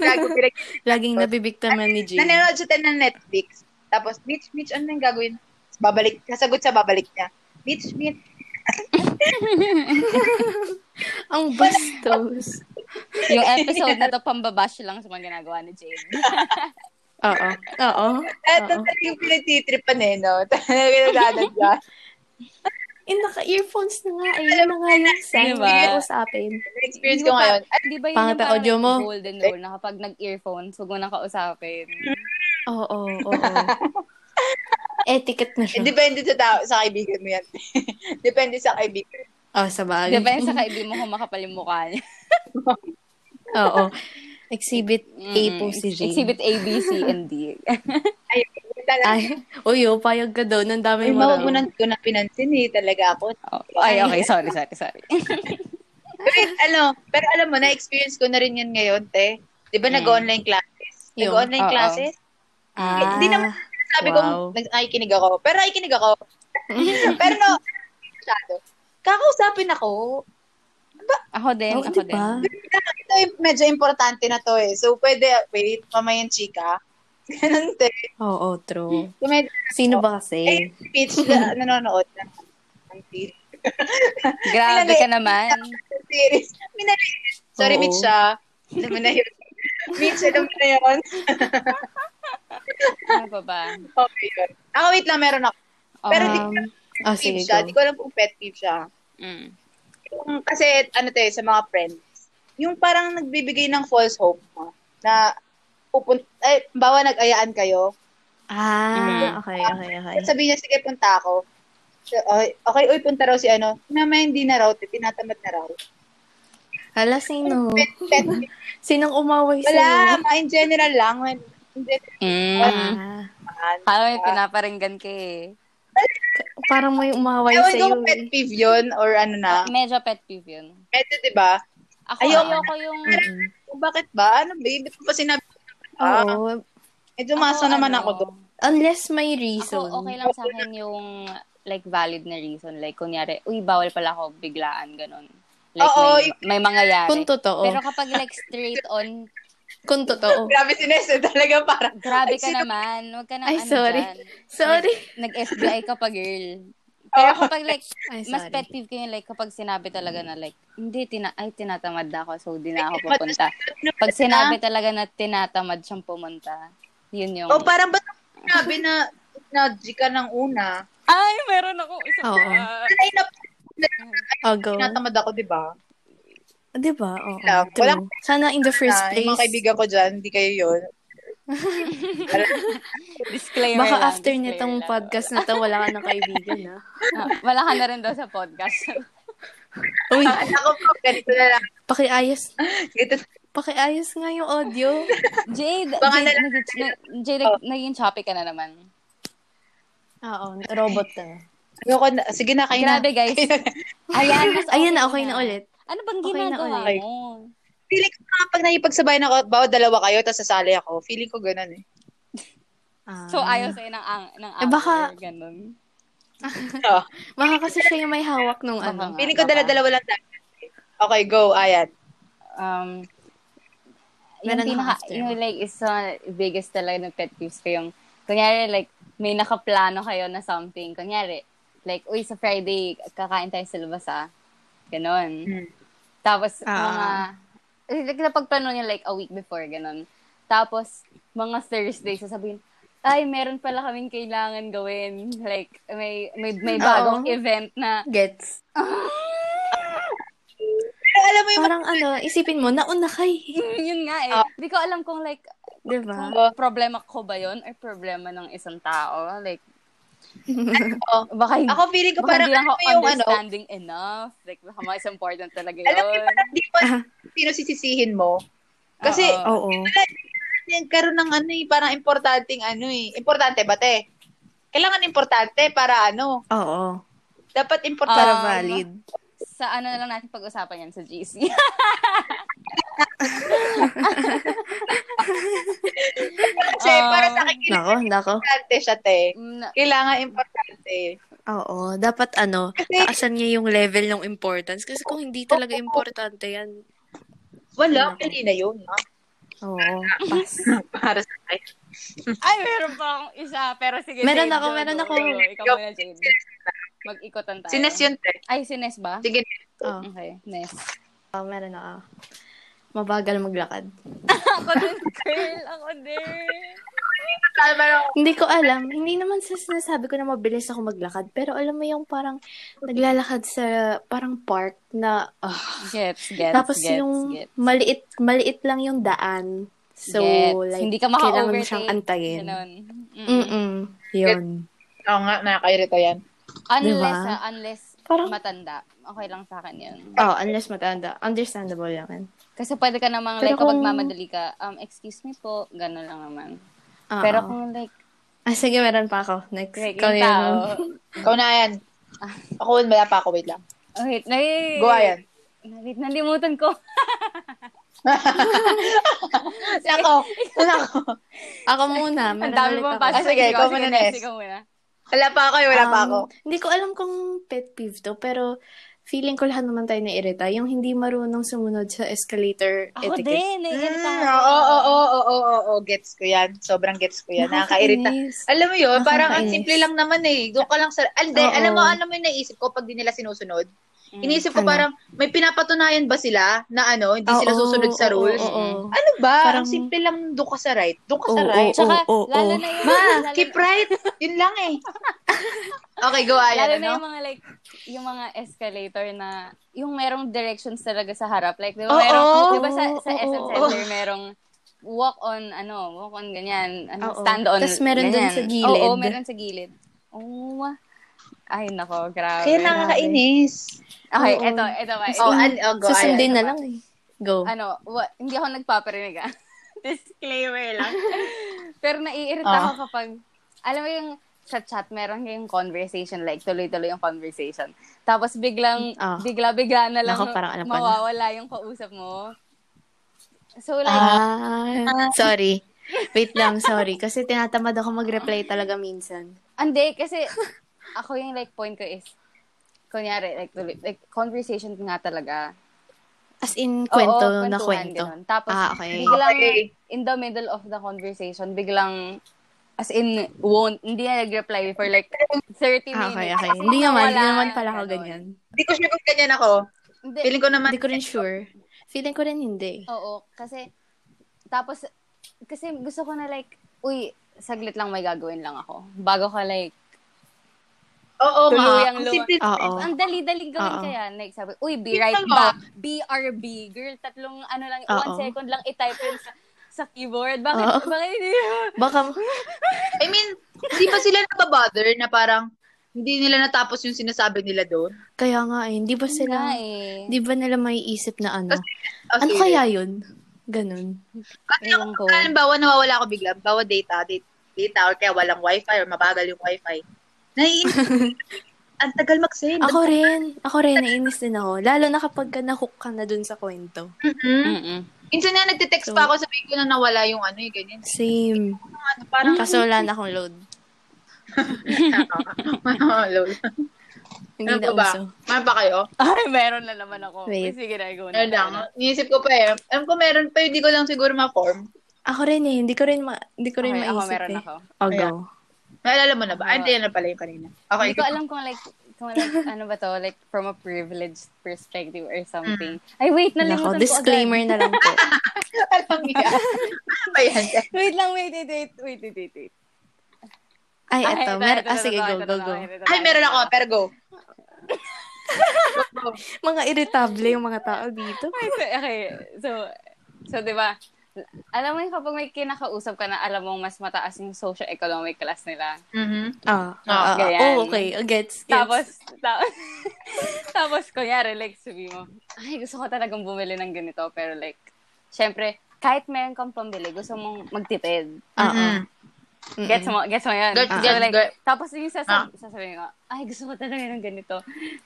Speaker 3: Gago, pinag-
Speaker 2: Laging nabibiktaman ni Jane.
Speaker 3: Nanonood siya tayo ng Netflix. Tapos, Mitch, Mitch, ano yung gagawin? Babalik, kasagot sa babalik niya. Mitch, Mitch,
Speaker 2: Ang bastos.
Speaker 1: Yung episode na to, pambabash lang sa mga ginagawa ni Jade.
Speaker 2: Oo. Oo.
Speaker 3: eto
Speaker 2: Oo.
Speaker 3: Eh, talaga yung pinatitripan eh, no? (laughs) Talaga nadadad niya.
Speaker 2: Eh, naka-earphones na nga eh. Yun na nga yung sign.
Speaker 1: Diba?
Speaker 2: Nakausapin.
Speaker 3: Experience
Speaker 1: Di
Speaker 3: ko
Speaker 1: ba
Speaker 3: ngayon.
Speaker 1: pa- Di ba yun
Speaker 2: Pangit
Speaker 1: yung
Speaker 2: ang audio mo.
Speaker 1: parang golden rule na kapag nag-earphones, huwag mo nang kausapin.
Speaker 2: Oo, oo, oo. Etiquette na
Speaker 3: Eh,
Speaker 2: siya.
Speaker 3: depende sa tao, sa kaibigan mo yan. (laughs) depende sa kaibigan.
Speaker 2: Oh, sa bagay.
Speaker 1: Di ba yun sa kaibig mo kung makapal yung mukha niya?
Speaker 2: Oo.
Speaker 1: (laughs)
Speaker 2: Exhibit (laughs) A po
Speaker 1: Mm-mm.
Speaker 2: si
Speaker 1: Mm.
Speaker 2: Jane.
Speaker 1: Exhibit A, B, C, and
Speaker 2: (laughs)
Speaker 1: D.
Speaker 3: Ayun, talaga. Ay,
Speaker 2: Ay, uyo, payag ka daw. Ang dami
Speaker 3: ay
Speaker 2: mo
Speaker 3: mawag
Speaker 2: raw.
Speaker 3: mo na ko na pinansin eh, talaga ako.
Speaker 1: Oh, Ay, okay. Sorry, sorry, sorry.
Speaker 3: (laughs) Wait, ano, pero alam mo, na-experience ko na rin yan ngayon, te. Di ba nag-online classes?
Speaker 2: Yun.
Speaker 3: Nag-online
Speaker 1: Oo.
Speaker 3: classes?
Speaker 2: Ah,
Speaker 3: Hindi naman sabi
Speaker 2: wow.
Speaker 3: kong nag- nakikinig ako. Pero nakikinig
Speaker 2: (laughs)
Speaker 3: ako. pero no, masyado. Kakausapin ako.
Speaker 1: Ako din,
Speaker 2: Oh,
Speaker 1: ako
Speaker 2: di ba?
Speaker 1: din.
Speaker 3: Ito yung medyo importante na to eh. So, pwede, wait, mamayan chika. (laughs) Ganun, te.
Speaker 2: Oo, true.
Speaker 3: So, medyo,
Speaker 2: Sino ba kasi?
Speaker 3: eh, speech
Speaker 2: (laughs)
Speaker 3: na nanonood na. Ang tir-
Speaker 1: Grabe ka naman.
Speaker 3: ang series. Minali.
Speaker 2: Oo.
Speaker 3: Sorry, Mitch, ah. Alam mo na
Speaker 2: (laughs)
Speaker 3: yun. Mitch, alam mo na yun.
Speaker 1: Ano pa ba?
Speaker 3: Okay, yun. Ako, wait lang, meron ako.
Speaker 1: Oh,
Speaker 3: Pero di
Speaker 2: Um, oh, sige,
Speaker 3: peeve siya. Di
Speaker 2: go.
Speaker 3: ko alam kung pet peeve siya.
Speaker 1: mm.
Speaker 3: Yung- kasi ano tayo sa mga friends, yung parang nagbibigay ng false hope mo na pupun ay bawa nag-ayaan kayo.
Speaker 1: Mm.
Speaker 2: Ah, okay, okay, okay.
Speaker 3: Sabi niya sige punta ako. So, okay, okay, uy punta raw si ano. Mama hindi na raw, tinatamad na raw.
Speaker 2: Hala, sino?
Speaker 3: Pet,
Speaker 1: (laughs)
Speaker 3: pet,
Speaker 2: Sinong umaway
Speaker 3: wala,
Speaker 2: sa'yo?
Speaker 3: ma, in general lang. man. In general
Speaker 1: Mm.
Speaker 2: Ah,
Speaker 3: man.
Speaker 1: Kala may pinaparinggan ka eh.
Speaker 2: parang may umaway
Speaker 3: Ewan ko
Speaker 2: sa'yo. eh.
Speaker 3: kung pet peeve yun or ano na.
Speaker 1: Medyo pet peeve yun.
Speaker 3: Medyo, di ba?
Speaker 1: Ako,
Speaker 3: Ayoko.
Speaker 1: ayoko yung...
Speaker 3: Kung bakit ba? Ano ba? Ba't mo pa sinabi? Ah,
Speaker 2: Oo.
Speaker 3: medyo maso
Speaker 1: Ako,
Speaker 3: naman
Speaker 1: ano,
Speaker 3: ako doon.
Speaker 2: Unless may reason.
Speaker 1: Ako, okay lang sa akin yung like valid na reason. Like, kunyari, uy, bawal pala ako biglaan, ganun. Like,
Speaker 3: Oo,
Speaker 1: may, may mangyayari.
Speaker 2: Kung totoo.
Speaker 1: Pero kapag like straight on,
Speaker 2: Kung totoo.
Speaker 3: Grabe si Ness, eh, (laughs) talaga parang.
Speaker 1: grabe ka naman. Huwag ka na
Speaker 2: Ay,
Speaker 1: ano
Speaker 2: sorry.
Speaker 1: dyan.
Speaker 2: Sorry.
Speaker 1: Nag-FBI ka pa, girl. Pero kapag like,
Speaker 2: Ay,
Speaker 1: mas
Speaker 2: sorry.
Speaker 1: pet peeve ko yun, like, kapag sinabi talaga na like, hindi, tina ay, tinatamad na ako, so di na ako pupunta. Pag sinabi talaga na tinatamad siyang pumunta, yun yung,
Speaker 3: O parang ba't sinabi na nudge ka ng una.
Speaker 1: Ay, meron ako isa
Speaker 2: Oo.
Speaker 1: pa.
Speaker 3: Ay, nap-
Speaker 1: Mm.
Speaker 2: Oh, go.
Speaker 3: tinatamad ako, di ba?
Speaker 2: Di ba? Oo.
Speaker 3: Wala.
Speaker 2: true.
Speaker 3: Wala.
Speaker 2: Sana in the first
Speaker 3: Na,
Speaker 2: place.
Speaker 3: yung mga kaibigan ko dyan, hindi kayo
Speaker 1: (laughs)
Speaker 3: yun.
Speaker 1: disclaimer
Speaker 2: Baka
Speaker 1: lang,
Speaker 2: after
Speaker 1: disclaimer
Speaker 2: nitong
Speaker 1: lang.
Speaker 2: podcast na to, wala ka ng kaibigan,
Speaker 3: (laughs)
Speaker 2: ha?
Speaker 1: Ah, wala ka na rin daw sa podcast.
Speaker 2: Uy,
Speaker 3: Ako po, ganito na lang.
Speaker 2: pakiayos.
Speaker 3: Ganito.
Speaker 2: Pakiayos nga yung audio.
Speaker 1: Jade,
Speaker 3: Baka
Speaker 1: Jade,
Speaker 3: na lang-
Speaker 1: nag- na- Jade, nag- naging choppy ka na naman.
Speaker 4: Oo, robot ka na.
Speaker 3: Ayoko na. Sige na, kayo na.
Speaker 1: Grabe, guys. Ayan, mas
Speaker 2: Ayan na, okay na ulit.
Speaker 1: Ano bang
Speaker 2: Okay na
Speaker 1: ginagawa
Speaker 3: ulit.
Speaker 1: mo?
Speaker 3: Feeling ko nga pag nakipagsabay na ako, bawa dalawa kayo, tapos sasali ako. Feeling ko ganun
Speaker 1: (laughs)
Speaker 3: eh.
Speaker 2: Ah.
Speaker 1: So, ayaw sa'yo ng, ang, ng
Speaker 2: Eh, baka-
Speaker 1: hour, ganun.
Speaker 3: Oh.
Speaker 2: Baka kasi siya yung may hawak nung
Speaker 1: Baka
Speaker 2: ano.
Speaker 1: nga.
Speaker 3: Feeling ko
Speaker 1: Ah, baka.
Speaker 3: dala-dalawa lang tayo. Okay, go, Ayan.
Speaker 1: Um, yung
Speaker 2: Meron ako
Speaker 1: pinaka,
Speaker 2: after.
Speaker 1: yung like, isa biggest talaga ng pet peeves ko yung, kunyari, like, may nakaplano kayo na something. Kunyari, like, uy, sa Friday, kakain tayo sa labas, ah. Ganon.
Speaker 3: Hmm.
Speaker 1: Tapos,
Speaker 2: Ah.
Speaker 1: mga, eh, like, napagplano niya like a week before, ganun. Tapos, mga Thursday, sasabihin, ay, meron pala kaming kailangan gawin. Like, may may, may bagong
Speaker 2: Oo.
Speaker 1: event na. (laughs)
Speaker 2: Gets.
Speaker 3: Pero alam mo yung
Speaker 2: Parang ano, isipin mo, nauna kay.
Speaker 1: Yun nga eh.
Speaker 3: Ah.
Speaker 1: Hindi ko alam kung like,
Speaker 2: Di ba?
Speaker 3: Oo.
Speaker 1: problema ko ba yun or problema ng isang tao. Like,
Speaker 3: Oo.
Speaker 1: baka hindi.
Speaker 3: Ako feeling ko
Speaker 1: baka
Speaker 3: parang
Speaker 1: hindi lang
Speaker 3: alam
Speaker 1: ako
Speaker 3: mo yung ano,
Speaker 1: understanding enough. Like, baka mas important talaga yun.
Speaker 3: alam mo yung parang di mo
Speaker 2: Ah.
Speaker 3: sino sisisihin mo. Kasi,
Speaker 1: Oo.
Speaker 2: Oo.
Speaker 3: nagkaroon ng ano eh, parang importanteng ano eh. Importante ba te? Kailangan importante para ano.
Speaker 2: Oo.
Speaker 3: Dapat importante.
Speaker 2: Para
Speaker 1: Um,
Speaker 2: valid.
Speaker 1: Sa ano na lang natin pag-usapan yan sa GC.
Speaker 3: Kasi
Speaker 1: um,
Speaker 3: para sa akin,
Speaker 2: Nako, nako.
Speaker 3: importante siya te.
Speaker 1: Mm,
Speaker 3: Kailangan importante.
Speaker 2: Oo. Dapat ano, taasan niya yung level ng importance. Kasi kung hindi talaga importante yan,
Speaker 3: Wala, mali na yun. ha?
Speaker 2: oo. Pass.
Speaker 3: Para sa akin.
Speaker 1: Ay, meron pa akong isa. Pero sige,
Speaker 2: Meron
Speaker 1: Jade,
Speaker 2: ako,
Speaker 1: go,
Speaker 2: meron
Speaker 1: go,
Speaker 2: ako.
Speaker 1: go. Ikaw muna, Jade. Mag-ikotan tayo.
Speaker 3: Sines yun te.
Speaker 1: Ay, sines ba?
Speaker 3: Sige.
Speaker 2: Oh,
Speaker 1: Okay, nice.
Speaker 2: oh meron ako. Mabagal maglakad.
Speaker 1: ako din, girl. Ako din.
Speaker 3: Tama lang.
Speaker 2: Hindi ko alam. Hindi naman sa sinasabi ko na mabilis ako maglakad. Pero alam mo yung parang naglalakad sa parang park na... ah.
Speaker 1: Gets, gets,
Speaker 2: Tapos
Speaker 1: gets,
Speaker 2: yung
Speaker 1: gets.
Speaker 2: maliit, maliit lang yung daan. So,
Speaker 1: Gets.
Speaker 2: like,
Speaker 1: Hindi ka
Speaker 2: kailangan mo
Speaker 1: maka-overtake.
Speaker 2: siyang antayin.
Speaker 1: Ganun. Mm.
Speaker 2: Mm-mm. Yun.
Speaker 3: Oo nga, nakakairita yan.
Speaker 1: Unless,
Speaker 2: Diba?
Speaker 1: ah, unless
Speaker 2: Parang-
Speaker 1: matanda. Okay lang sa akin yun.
Speaker 2: Oh, unless matanda. Understandable yan.
Speaker 1: Kasi pwede ka namang,
Speaker 2: Pero
Speaker 1: like, kapag
Speaker 2: kung-
Speaker 1: mamadali ka, um, excuse me po, ganun lang naman.
Speaker 2: Oo.
Speaker 1: Pero kung, like,
Speaker 2: Ah, sige, meron pa ako. Next.
Speaker 1: like
Speaker 2: Ikaw
Speaker 1: yung
Speaker 2: na yun,
Speaker 1: tao,
Speaker 2: ma'am.
Speaker 3: Ikaw na yan.
Speaker 2: Ah.
Speaker 3: Ako, wala pa ako. Wait lang.
Speaker 1: Oh, wait, nai...
Speaker 3: Go, Ayan.
Speaker 1: Wait, nalimutan ko.
Speaker 3: Nako. Nako.
Speaker 2: Ako muna.
Speaker 1: Ang
Speaker 2: Meron
Speaker 1: dami
Speaker 2: ulit
Speaker 1: mong
Speaker 2: ako.
Speaker 1: pasok.
Speaker 3: Ah, sige, ikaw muna, Nes.
Speaker 1: Ikaw muna.
Speaker 3: Wala pa ako. eh, Wala pa
Speaker 2: Um,
Speaker 3: ako.
Speaker 2: Hindi ko alam kung pet peeve to, pero feeling ko lahat naman tayo nairita. Yung hindi marunong sumunod sa escalator
Speaker 1: Ako
Speaker 2: etiquette.
Speaker 1: din, eh, naiirita
Speaker 3: Eh, Mm,
Speaker 1: ako.
Speaker 3: Oo, oo, oo, oo, oo, oo, gets ko yan. Sobrang gets ko yan. Nakakairita.
Speaker 2: Nakakainis.
Speaker 3: Alam mo yun, parang ang
Speaker 2: Nakakainis.
Speaker 3: simple lang naman eh. Doon ka lang sa... Alde,
Speaker 2: Oo.
Speaker 3: alam mo, alam mo yung naisip ko pag di nila sinusunod?
Speaker 1: Mm.
Speaker 3: Iniisip ko
Speaker 2: Ano?
Speaker 3: parang may pinapatunayan ba sila na ano, hindi sila
Speaker 2: Oo,
Speaker 3: susunod sa
Speaker 2: oo,
Speaker 3: rules?
Speaker 2: Oo, oo.
Speaker 3: Ano ba?
Speaker 2: Parang-
Speaker 3: ang simple lang doon ka sa right. Doon ka sa
Speaker 2: Oo,
Speaker 3: right.
Speaker 1: Tsaka,
Speaker 2: Oo, oo,
Speaker 1: lalo
Speaker 2: oo.
Speaker 1: na yung...
Speaker 3: Ma,
Speaker 1: lalo
Speaker 3: keep
Speaker 1: na-
Speaker 3: right. Yun lang
Speaker 2: (laughs)
Speaker 3: eh. okay, go
Speaker 1: Lalo
Speaker 3: ayan,
Speaker 1: na yung
Speaker 3: ano?
Speaker 1: mga like, yung mga escalator na, yung merong directions talaga sa harap. Like, di ba,
Speaker 3: Oo.
Speaker 1: merong, di ba sa, sa
Speaker 2: Oo.
Speaker 1: SM Center, merong walk on, ano, walk on ganyan, ano,
Speaker 2: Oo.
Speaker 1: stand on,
Speaker 2: Tas meron dun
Speaker 1: ganyan.
Speaker 2: sa gilid.
Speaker 1: Oo, meron sa gilid. Oo. ay, nako, grabe.
Speaker 3: Kaya nakakainis.
Speaker 1: Okay,
Speaker 2: Oo.
Speaker 1: eto, eto ba.
Speaker 3: Oh, an, oh, go
Speaker 2: Susundin
Speaker 3: ayan.
Speaker 2: na lang eh. Go.
Speaker 1: ano, wa- hindi ako nagpaparinig ah. (laughs) Disclaimer lang. (laughs) Pero naiirita
Speaker 3: Ah.
Speaker 1: ako kapag, alam mo yung sa chat, meron yung conversation, like tuloy-tuloy yung conversation. Tapos biglang,
Speaker 2: Ah.
Speaker 1: bigla-bigla na lang
Speaker 2: Ako, parang alam ko na.
Speaker 1: mawawala yung kausap mo. So like,
Speaker 2: Ah, (laughs) sorry. Wait lang, sorry. Kasi tinatamad ako mag-reply talaga minsan.
Speaker 1: hindi, kasi ako yung like point ko is, kunyari, like, tuloy- like conversation nga talaga.
Speaker 2: As in, kwento
Speaker 1: Oo,
Speaker 2: na
Speaker 1: kwentuhan,
Speaker 2: kwento.
Speaker 1: ganun. Tapos,
Speaker 2: Ah, okay.
Speaker 1: biglang,
Speaker 3: Okay.
Speaker 1: in the middle of the conversation, biglang, as in, won't, hindi na nag-reply for like 30
Speaker 2: Ah,
Speaker 1: minutes.
Speaker 2: okay, okay.
Speaker 1: Kasi
Speaker 2: Hindi naman, hindi
Speaker 1: nawala,
Speaker 2: naman pala ako
Speaker 1: ganun.
Speaker 2: ganyan.
Speaker 3: Hindi ko sure kung ganyan ako.
Speaker 1: Hindi,
Speaker 3: Feeling ko naman,
Speaker 2: Hindi ko rin sure. Feeling ko rin hindi.
Speaker 1: oo, kasi, tapos, kasi gusto ko na like, uy, saglit lang may gagawin lang ako. Bago ka like,
Speaker 3: Oo, ma.
Speaker 1: Tuluyang
Speaker 3: Ang
Speaker 1: luwa.
Speaker 3: simple.
Speaker 2: Oo.
Speaker 1: ang dali-daling gawin
Speaker 2: Oh. Oo.
Speaker 1: kaya. Like, sabi, uy, be right
Speaker 3: Tingnan mo.
Speaker 1: back. BRB. Girl, tatlong ano lang,
Speaker 2: Oo.
Speaker 1: one second lang itype yun sa, sa keyboard. Bakit,
Speaker 2: Oo.
Speaker 1: bakit hindi?
Speaker 2: (laughs) Baka,
Speaker 3: I mean, hindi pa sila nababother na parang hindi nila natapos yung sinasabi nila doon.
Speaker 2: kaya nga eh, hindi ba
Speaker 1: Nga
Speaker 2: sila,
Speaker 1: eh.
Speaker 2: di ba nila may isip na ano?
Speaker 3: Okay.
Speaker 2: Ano kaya yun? Ganun.
Speaker 3: Oh, Kasi
Speaker 1: Ewan ko.
Speaker 3: ako, halimbawa, nawawala ako bigla. Bawa data, data, data, or kaya walang wifi, or mabagal yung wifi. Naiinis. ang tagal mag-send.
Speaker 2: Ako rin. Ako rin, nainis din ako. Lalo na kapag ka nahook ka na dun sa kwento.
Speaker 3: Mhm.
Speaker 1: Mm-mm.
Speaker 3: Minsan na
Speaker 2: So-
Speaker 3: nagte-text pa ako, sabihin ko na nawala yung ano, yung ganyan.
Speaker 2: Same.
Speaker 3: Ano, parang, (laughs)
Speaker 2: Kaso wala na akong load.
Speaker 3: lol.
Speaker 2: Hindi
Speaker 3: Ano
Speaker 2: na
Speaker 3: pa ba?
Speaker 2: uso.
Speaker 3: Meron pa kayo?
Speaker 1: Ay, meron na naman ako.
Speaker 2: Wait.
Speaker 1: Sige na, go na.
Speaker 3: Meron lang. Iniisip ko pa eh. Alam ko meron pa, hindi ko lang siguro ma-form.
Speaker 2: Ako rin eh. Hindi ko rin, ma- hindi ko rin
Speaker 1: Okay, ako
Speaker 2: maisip
Speaker 1: meron
Speaker 2: eh.
Speaker 1: ako.
Speaker 2: Oh, go.
Speaker 3: Naalala mo na ba? Ay,
Speaker 1: Ako-
Speaker 3: hindi yan na pala yung kanina. Okay.
Speaker 1: Hindi
Speaker 3: (laughs)
Speaker 1: ko alam kung like, kung (laughs) like, ano ba to, like from a privileged perspective or something. Ay, wait,
Speaker 2: Nako,
Speaker 1: nalimutan ko
Speaker 2: disclaimer
Speaker 1: agad.
Speaker 2: na lang po.
Speaker 3: alam niya. pa Ano yan.
Speaker 2: (laughs)
Speaker 1: Wait lang, wait, wait, wait, wait, wait, wait. wait.
Speaker 2: Ay,
Speaker 1: Ay,
Speaker 2: eto.
Speaker 1: ito,
Speaker 2: Mer-
Speaker 1: ito,
Speaker 2: ah,
Speaker 1: ito,
Speaker 2: sige,
Speaker 1: ito,
Speaker 2: go,
Speaker 1: ito,
Speaker 2: go,
Speaker 1: ito,
Speaker 2: go.
Speaker 1: ito, ito,
Speaker 3: Ay,
Speaker 1: ito, (laughs)
Speaker 3: meron
Speaker 1: ito.
Speaker 3: ako. Pero go.
Speaker 2: Mga irritable yung mga tao dito.
Speaker 1: Ay, so, okay. So, so 'di ba? Alam mo yung kapag may kinakausap ka na alam mong mas mataas yung socio-economic class nila.
Speaker 3: Mhm.
Speaker 2: Ah, ah,
Speaker 3: Ah,
Speaker 2: ah,
Speaker 1: ganyan.
Speaker 2: oh, okay. Oh, Gets, gets.
Speaker 1: Tapos, tapos, (laughs) tapos, kunyari, like, sabi mo, ay, gusto ko talagang bumili ng ganito, pero like, syempre, kahit meron kang pambili, gusto mong magtipid.
Speaker 2: ah, ah.
Speaker 3: Mhm.
Speaker 1: Gets mo, gets mo yan.
Speaker 3: Gets,
Speaker 1: So,
Speaker 3: gets,
Speaker 1: like,
Speaker 3: gets. Ah.
Speaker 1: Tapos yung sasab- sasabihin ko, ay, gusto ko talaga ng ganito.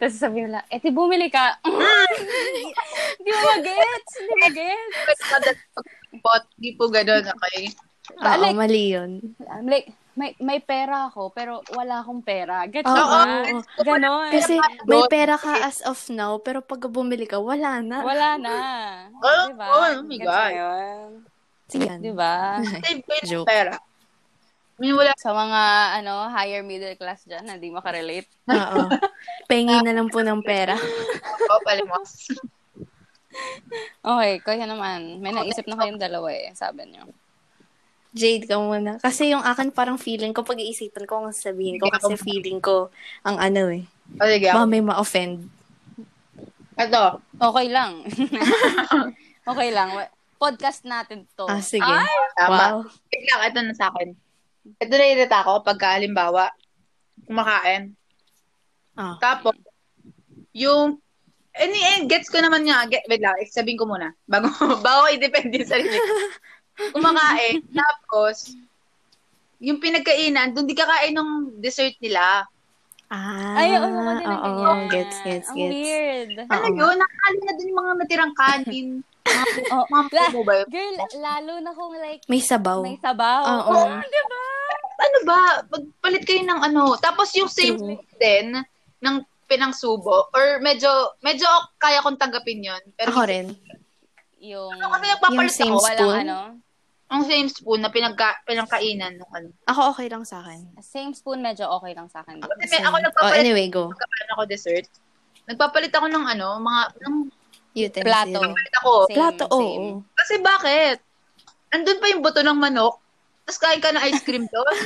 Speaker 1: Tapos sasabihin nila, eh, di bumili ka. (laughs) Hindi mo mag-gets, hindi mo gets.
Speaker 3: Pot, di po ganun, okay?
Speaker 2: Ah,
Speaker 1: Like-
Speaker 2: oh, mali yun.
Speaker 1: I'm like, may, may pera ako, pero wala akong pera. Gets
Speaker 3: Ah,
Speaker 2: Oo,
Speaker 1: mo ba?
Speaker 2: oo.
Speaker 1: Ganon.
Speaker 2: Kasi
Speaker 3: Pera pa,
Speaker 2: may
Speaker 3: doon.
Speaker 2: pera ka as of now, pero pag bumili ka, wala na.
Speaker 1: wala na.
Speaker 3: Oh,
Speaker 1: diba?
Speaker 3: oh my
Speaker 1: Gets
Speaker 3: God.
Speaker 1: mo yun?
Speaker 2: Sige. yan.
Speaker 1: Diba?
Speaker 3: Save ko yung
Speaker 2: Joke.
Speaker 3: pera. I mean, wala.
Speaker 1: (laughs) Sa mga, ano, higher middle class dyan, hindi makarelate.
Speaker 2: Oo.
Speaker 1: (laughs)
Speaker 2: Pengi na lang po ng pera.
Speaker 3: Oo, palimos.
Speaker 1: Okay, kaya naman. May naisip na kayong dalawa eh, sabi niyo.
Speaker 2: Jade ka muna. Kasi yung akin parang feeling ko, pag-iisipan ko ang sabihin ko. Kasi feeling ko, ang ano eh.
Speaker 3: O, Oh, sige.
Speaker 2: Baka
Speaker 3: ako.
Speaker 2: may ma-offend.
Speaker 3: Ito.
Speaker 1: Okay lang. (laughs) okay lang. Wa- Podcast natin to.
Speaker 2: Ah, sige.
Speaker 1: Ay,
Speaker 3: Tama.
Speaker 2: Wow.
Speaker 3: Wait lang, ito na sa akin. Ito na irita ako pagka, halimbawa, kumakain.
Speaker 2: Ah.
Speaker 3: Tapos, yung, any, eh, gets ko naman nga, get, wait lang, sabihin ko muna, bago, (laughs) bago i-depende sa sarili. ko. kumakain, tapos, yung pinagkainan, doon di kakain ng dessert nila.
Speaker 2: Ah,
Speaker 1: ay, ayoko ko din ng
Speaker 2: oo,
Speaker 1: ganyan.
Speaker 2: gets, gets,
Speaker 1: Ang
Speaker 2: gets. Ah,
Speaker 1: weird.
Speaker 3: Ano
Speaker 2: Oo nga.
Speaker 3: yun? Nakakali na doon yung mga natirang kanin.
Speaker 1: Oh,
Speaker 3: Mga
Speaker 1: la-
Speaker 3: mo ba yun?
Speaker 1: girl, lalo na kung like,
Speaker 2: May sabaw. Ah,
Speaker 1: may sabaw.
Speaker 2: Oo.
Speaker 1: Oo, di ba?
Speaker 3: ano ba, magpalit kayo ng ano. Tapos yung same
Speaker 2: True.
Speaker 3: din ng pinangsubo or medyo medyo kaya kong tanggapin yun. Pero
Speaker 2: Ako rin.
Speaker 1: Yung,
Speaker 3: Ano kasi nagpapalit
Speaker 2: Yung same
Speaker 3: ako.
Speaker 1: walang
Speaker 2: spoon?
Speaker 1: ano,
Speaker 3: Ang same spoon na pinagka, pinangkainan nung ano.
Speaker 2: Ako okay lang sa akin.
Speaker 1: same spoon medyo okay lang sa akin.
Speaker 3: Kasi
Speaker 2: Same.
Speaker 3: ako
Speaker 2: oh,
Speaker 3: nagpapalit
Speaker 2: anyway, go.
Speaker 3: pagkakaroon ako dessert. Nagpapalit ako ng ano, mga ng
Speaker 2: Utensil.
Speaker 1: Plato.
Speaker 3: palit ako.
Speaker 1: Same, Oh
Speaker 2: Plato, oo.
Speaker 1: same.
Speaker 3: Kasi bakit? Andun pa yung buto ng manok. Tapos kain ka ng ice cream doon.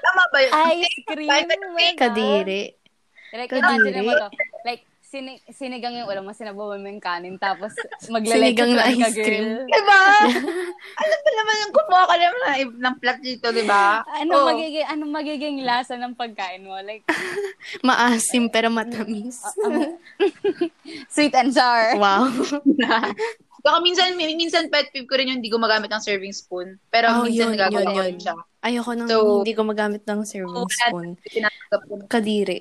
Speaker 3: Tama ba yun?
Speaker 1: Ice cream.
Speaker 3: Kain ka ng
Speaker 1: my God.
Speaker 2: Kadiri.
Speaker 1: Like,
Speaker 2: Kadiri.
Speaker 1: imagine mo to. Like, sini- sinigang yung ulam mo, sinabawan mo yung kanin, tapos maglalay
Speaker 2: Sinigang na
Speaker 1: ka,
Speaker 2: ice cream.
Speaker 1: girl.
Speaker 3: Diba? Alam mo naman yung kumuha ka naman ng- ng plat dito, diba?
Speaker 1: Ano
Speaker 2: Oh.
Speaker 3: Oo.
Speaker 1: magiging ano magiging lasa ng pagkain mo? Like
Speaker 2: Maasim pero matamis.
Speaker 1: (laughs) sweet and sour.
Speaker 2: Wow.
Speaker 3: Baka minsan, minsan pet peeve ko rin yung hindi gumagamit ng serving spoon. Pero
Speaker 2: Oh, yun,
Speaker 3: minsan nagagawa
Speaker 2: yun,
Speaker 3: ko
Speaker 2: yun.
Speaker 3: rin siya.
Speaker 2: Ayoko nang
Speaker 3: So-
Speaker 2: hindi gumagamit ng serving
Speaker 3: Wala.
Speaker 2: spoon.
Speaker 3: Tinatanggap ko.
Speaker 2: Kadiri.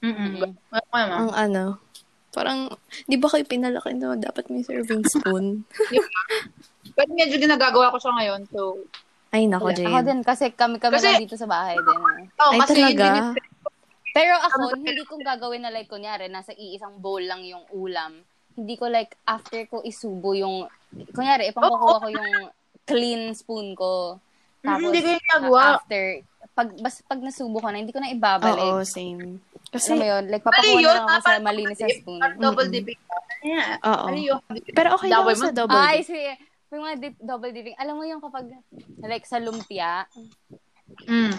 Speaker 3: Mm-mm. Wala ko naman.
Speaker 2: Ang ano, parang, di ba kayo pinalaki na dapat may serving spoon?
Speaker 3: Pero medyo ginagagawa ko siya ngayon. So,
Speaker 2: Ay, nako,
Speaker 1: Ako
Speaker 2: Jane.
Speaker 1: din kasi kami kami
Speaker 3: Kasi-
Speaker 1: lang dito sa bahay din. eh.
Speaker 3: oh,
Speaker 2: Ay,
Speaker 3: kasi
Speaker 2: talaga?
Speaker 3: yun, din-
Speaker 1: Pero ako hindi kong gagawin na like kunyari nasa iisang bowl lang yung ulam. Hindi ko like after ko isubo yung kunyari ipangkukuha ko yung clean spoon ko.
Speaker 3: Mm, hindi ko yung ginagawa.
Speaker 1: uh, after pag bas, pag nasubo ko na hindi ko na ibabalik.
Speaker 2: Oo, same.
Speaker 1: Kasi alam mo
Speaker 2: Kasi,
Speaker 1: yun, like
Speaker 3: Mali
Speaker 1: papakuha na
Speaker 3: yun,
Speaker 1: lang ako
Speaker 3: ah,
Speaker 1: sa
Speaker 3: parang
Speaker 1: malinis na
Speaker 3: double dip,
Speaker 1: spoon.
Speaker 3: parang Double dipping.
Speaker 2: Oo.
Speaker 3: Ano yun?
Speaker 2: pero okay lang
Speaker 3: Double
Speaker 2: ako sa
Speaker 3: mo?
Speaker 2: double
Speaker 1: Ay,
Speaker 2: dip.
Speaker 1: sige. May mga di- double dipping. Alam mo yung kapag, like, sa lumpia,
Speaker 3: Mm.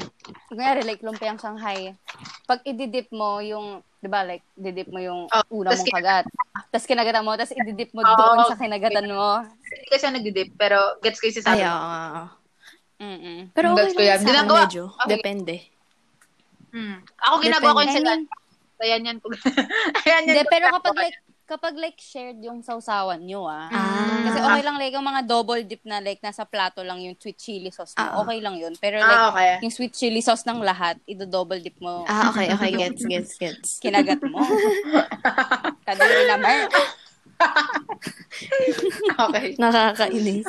Speaker 1: kunyari, like, lumpiang Shanghai, pag ididip mo yung, di ba, like, didip mo yung
Speaker 3: Oh,
Speaker 1: una
Speaker 3: tas
Speaker 1: mong kagat, tapos kinagatan mo, tapos ididip mo
Speaker 3: Oo.
Speaker 1: doon sa kinagatan mo.
Speaker 3: Hindi kasi ako nagdi-dip, pero gets ko yung
Speaker 2: Ay,
Speaker 3: sinasabi.
Speaker 2: oo, oo.
Speaker 1: Mm-mm.
Speaker 2: Pero okay
Speaker 3: Gets ko yan.
Speaker 2: lang sa akin,
Speaker 3: Ginagawa.
Speaker 2: medyo.
Speaker 3: Okay.
Speaker 2: Depende.
Speaker 3: Mm. Ako ginagawa ko yung
Speaker 1: I
Speaker 3: sila.
Speaker 1: mean,
Speaker 3: Ayan yan. (laughs) ko- Ayan yan.
Speaker 1: hindi,
Speaker 3: ko
Speaker 1: pero
Speaker 3: ginagawa. (laughs)
Speaker 1: kapag like, kapag like shared yung sausawan nyo ah,
Speaker 2: Ah.
Speaker 1: Kasi okay lang like yung mga double dip na like nasa plato lang yung sweet chili sauce mo.
Speaker 2: Ah.
Speaker 1: Okay lang yun. Pero like
Speaker 3: Ah, okay.
Speaker 1: yung sweet chili sauce ng lahat, ido double dip mo.
Speaker 2: Ah, okay, okay. Gets, gets, (laughs) gets.
Speaker 1: Kinagat mo. Kadiri naman.
Speaker 3: Okay.
Speaker 2: Nakakainis.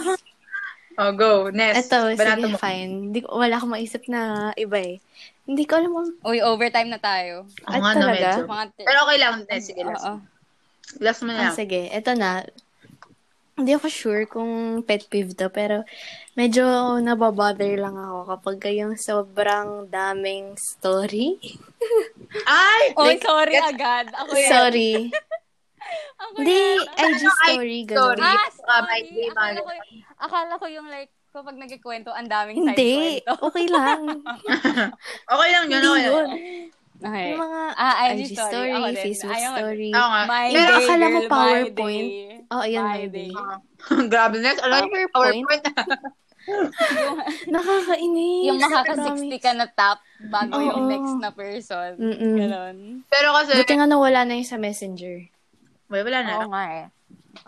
Speaker 3: Oh, go. Next.
Speaker 2: Ito,
Speaker 3: Banato
Speaker 2: sige,
Speaker 3: mo.
Speaker 2: fine. Hindi ko, wala akong maisip na iba eh. Hindi ko alam kung...
Speaker 1: Uy, overtime na tayo.
Speaker 3: Oo
Speaker 2: At
Speaker 3: nga, no,
Speaker 2: talaga?
Speaker 3: ano, medyo.
Speaker 1: Mga t-
Speaker 3: Pero okay lang. Next, sige. Last,
Speaker 1: Oo.
Speaker 3: last mo na
Speaker 2: Ah,
Speaker 3: lang.
Speaker 2: sige, eto na. Hindi ako sure kung pet peeve to, pero medyo nababother lang ako kapag yung sobrang daming story.
Speaker 3: Ay!
Speaker 1: Oy,
Speaker 3: like,
Speaker 1: sorry
Speaker 3: gets-
Speaker 1: agad. Ako yan.
Speaker 2: Sorry.
Speaker 1: eh. (laughs) Ako
Speaker 2: Hindi,
Speaker 1: yan.
Speaker 2: IG story,
Speaker 3: story.
Speaker 2: ganun.
Speaker 1: Ah,
Speaker 3: Ah, may-
Speaker 1: sorry. Akala ko, akala ko yung like, kapag nagkikwento, ang daming side
Speaker 2: Hindi,
Speaker 1: kwento.
Speaker 2: okay
Speaker 1: (laughs)
Speaker 2: lang.
Speaker 3: Okay lang yun.
Speaker 2: Hindi
Speaker 3: okay lang.
Speaker 2: yun.
Speaker 1: Okay.
Speaker 2: Yung mga
Speaker 1: Ah,
Speaker 2: IG story,
Speaker 1: Ako din.
Speaker 2: Facebook
Speaker 1: Ayaw-
Speaker 2: story.
Speaker 3: Oo nga.
Speaker 1: My
Speaker 2: Pero
Speaker 1: day,
Speaker 2: akala ko
Speaker 1: girl, my
Speaker 2: PowerPoint.
Speaker 1: day.
Speaker 2: Oh, yun,
Speaker 1: My
Speaker 2: my day.
Speaker 1: day.
Speaker 3: (laughs) Grabe, next. Ano Alam mo,
Speaker 2: PowerPoint.
Speaker 3: PowerPoint.
Speaker 2: Nakakainis.
Speaker 1: Yung
Speaker 2: Promise.
Speaker 1: makaka-60 ka na top bago
Speaker 2: Oo.
Speaker 1: yung next na person.
Speaker 2: Mm-mm.
Speaker 1: Ganon.
Speaker 3: (laughs) Pero kasi,
Speaker 2: Buti nga nawala na yung sa messenger.
Speaker 3: Uy, wala na.
Speaker 1: Oo nga eh.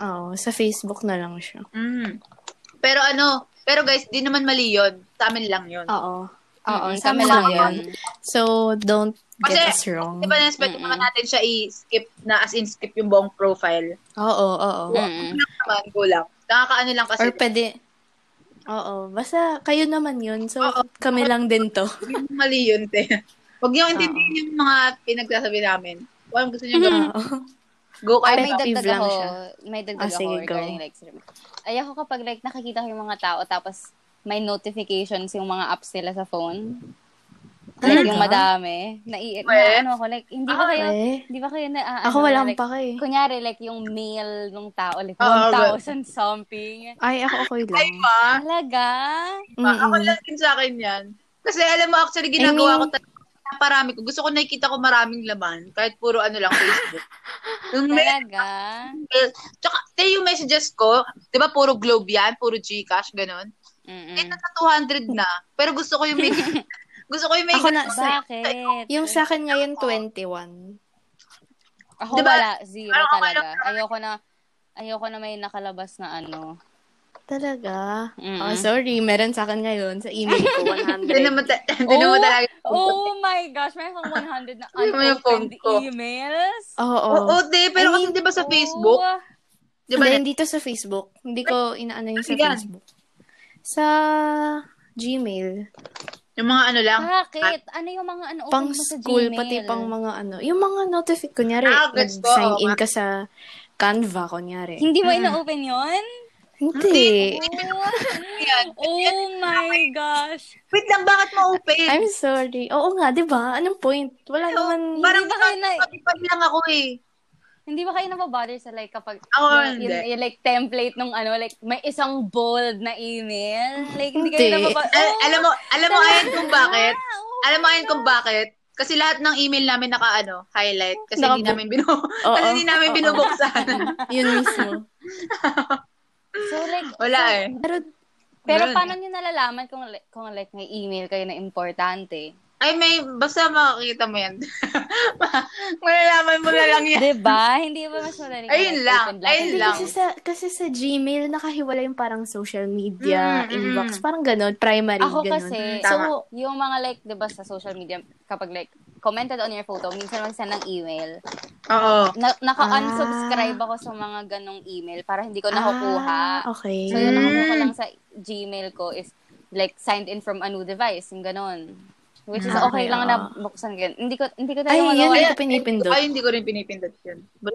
Speaker 2: Oo, sa Facebook na lang siya.
Speaker 3: Mm. Pero ano, pero guys, di naman mali yun. Sa amin lang yun.
Speaker 2: Oo. Oo,
Speaker 1: Mm-mm,
Speaker 2: sa
Speaker 1: kami
Speaker 2: amin
Speaker 1: lang
Speaker 2: lang yun. So, don't get us
Speaker 3: Kasi,
Speaker 2: wrong.
Speaker 3: Di ba na-expect naman natin siya i-skip na as in skip yung buong profile?
Speaker 2: Oo, oo.
Speaker 1: Mm-mm.
Speaker 3: Naman, go lang. Nakakaano lang kasi.
Speaker 2: Or pwede, oo, basta kayo naman yun. So, kami lang din
Speaker 3: (laughs)
Speaker 2: to.
Speaker 3: Yung mali yun, te. Huwag niyo intindihin yung mga pinagsasabi namin. Kung anong gusto niyo gawin,
Speaker 2: Oo.
Speaker 3: go
Speaker 1: Ay,
Speaker 3: kayo.
Speaker 1: may
Speaker 2: Pet peeve
Speaker 1: dagdag
Speaker 2: lang
Speaker 1: ako.
Speaker 2: siya.
Speaker 1: May dagdag
Speaker 2: Ah, sige,
Speaker 1: ako regarding
Speaker 2: go.
Speaker 1: like stream. Ayoko kapag like nakikita ko yung mga tao tapos may notifications yung mga apps nila sa phone. Like, yung madami. Nai-
Speaker 3: Weh.
Speaker 1: na, ano ako, like, hindi ba kayo,
Speaker 2: weh.
Speaker 1: hindi ba kayo na, ah,
Speaker 2: Ah, Eh, Ako
Speaker 1: ano,
Speaker 2: wala akong
Speaker 1: like,
Speaker 2: pake eh.
Speaker 1: Kunyari, like, yung mail ng tao, like,
Speaker 3: Oo,
Speaker 1: 1,000 something.
Speaker 2: Ay, ako okay
Speaker 3: Ay,
Speaker 2: lang.
Speaker 3: pa.
Speaker 1: Talaga?
Speaker 2: Mm-mm.
Speaker 3: Ah, Ako lang din sa akin yan. Kasi alam mo, actually,
Speaker 2: I
Speaker 3: ginagawa
Speaker 2: mean-
Speaker 3: ko talaga parami ko. Gusto ko nakikita ko maraming laman. Kahit puro ano lang,
Speaker 1: (laughs)
Speaker 3: Facebook. yung mail,
Speaker 1: Talaga?
Speaker 3: tsaka, te, yung messages ko, di ba puro Globe yan, puro Gcash, ganun.
Speaker 1: Mm-mm.
Speaker 3: Eh, nasa 200 na. Pero gusto ko yung may...
Speaker 1: (laughs)
Speaker 3: gusto ko yung may...
Speaker 2: Ako na, sa,
Speaker 1: Bakit?
Speaker 2: yung sa akin ngayon, 21.
Speaker 1: Ako
Speaker 3: Diba?
Speaker 1: wala, zero
Speaker 3: Parang ako
Speaker 1: talaga. Ayoko na, ayoko na may nakalabas na ano.
Speaker 2: Talaga?
Speaker 1: Mm-mm.
Speaker 2: Oh, sorry. Meron sa akin ngayon sa email ko,
Speaker 3: (laughs)
Speaker 2: 100.
Speaker 3: Hindi naman, ta- (laughs) di naman talaga.
Speaker 1: Oh my gosh, may akong 100 na
Speaker 3: Hindi mo (laughs) yung phone
Speaker 1: unopened
Speaker 3: ko.
Speaker 1: emails.
Speaker 2: Oo.
Speaker 3: Oo, Diba te, pero kasi di ba sa Facebook?
Speaker 1: Oh,
Speaker 3: Di ba?
Speaker 2: Hindi, dito sa Facebook. Hindi ko inaano yun sa
Speaker 3: Yan.
Speaker 2: Facebook. Sa Gmail.
Speaker 1: oh.
Speaker 3: Yung mga ano lang.
Speaker 1: bakit? Ano yung mga ano
Speaker 2: Pang
Speaker 1: open mo sa
Speaker 2: school,
Speaker 1: Gmail?
Speaker 2: pati pang mga ano. Yung mga notific, kunyari,
Speaker 3: Ah, gets ko,
Speaker 2: nag-sign
Speaker 3: oo
Speaker 2: in
Speaker 3: nga.
Speaker 2: ka sa Canva, kunyari.
Speaker 1: Hindi mo
Speaker 3: Hmm.
Speaker 1: ina-open yun?
Speaker 3: Eh.
Speaker 2: Hindi.
Speaker 3: Yan.
Speaker 1: (laughs) Oh my gosh.
Speaker 3: Wait lang, bakit mo open?
Speaker 2: I'm sorry. Oo nga, di ba? Anong point? Wala naman.
Speaker 3: parang
Speaker 1: ba kayo na-
Speaker 3: kapipad lang ako eh.
Speaker 1: Hindi ba kayo nababother sa like kapag
Speaker 3: Ako
Speaker 1: yung,
Speaker 3: hindi.
Speaker 1: yung- yung, like template nung ano, like may isang bold na email? Like hindi kayo Oh.
Speaker 2: Hindi.
Speaker 1: nababother?
Speaker 3: Al- Eh, alam mo, alam mo ayan kung bakit.
Speaker 1: Oh
Speaker 3: Alam mo ayan kung bakit. Kasi lahat ng email namin naka ano, highlight kasi hindi
Speaker 2: Nakabu-
Speaker 3: namin binu kasi hindi namin
Speaker 2: (laughs) Oo. (laughs)
Speaker 3: binubuksan.
Speaker 2: Yun
Speaker 3: (laughs)
Speaker 2: mismo.
Speaker 1: So like,
Speaker 3: Wala eh.
Speaker 2: Pero,
Speaker 1: pero
Speaker 3: Ganun
Speaker 1: paano nyo nalalaman kung, li- kung like may email kayo na importante?
Speaker 3: Ay may basta makakita mo yan. (laughs) Malalaman mo na lang yan.
Speaker 1: Diba? Hindi ba mas madaling
Speaker 3: Ayun
Speaker 1: like,
Speaker 3: lang.
Speaker 1: open
Speaker 3: Ayun
Speaker 2: hindi
Speaker 3: lang.
Speaker 2: kasi sa, kasi sa Gmail, nakahiwala yung parang social media,
Speaker 3: Mm, mm,
Speaker 2: inbox,
Speaker 3: mm.
Speaker 2: parang ganun, primary,
Speaker 1: Ako
Speaker 2: ganun. Mm,
Speaker 1: kasi,
Speaker 3: Tama.
Speaker 1: so, yung mga like, diba sa social media, kapag like, commented on your photo, minsan mag-send ng email.
Speaker 3: Oo.
Speaker 1: Na- naka-unsubscribe ako sa mga ganong email para hindi ko
Speaker 2: Ah,
Speaker 1: nakukuha.
Speaker 2: okay.
Speaker 1: So, yung nakukuha lang sa Gmail ko is like signed in from a new device, yung ganon. Which is
Speaker 2: Ah,
Speaker 1: okay
Speaker 2: okay,
Speaker 1: lang
Speaker 2: oo.
Speaker 1: na buksan ganun. Hindi ko, hindi ko
Speaker 2: Ay,
Speaker 1: talaga
Speaker 2: yun,
Speaker 1: magawa.
Speaker 2: hindi ko pinipindot.
Speaker 3: Ay, hindi ko rin pinipindot yun. But,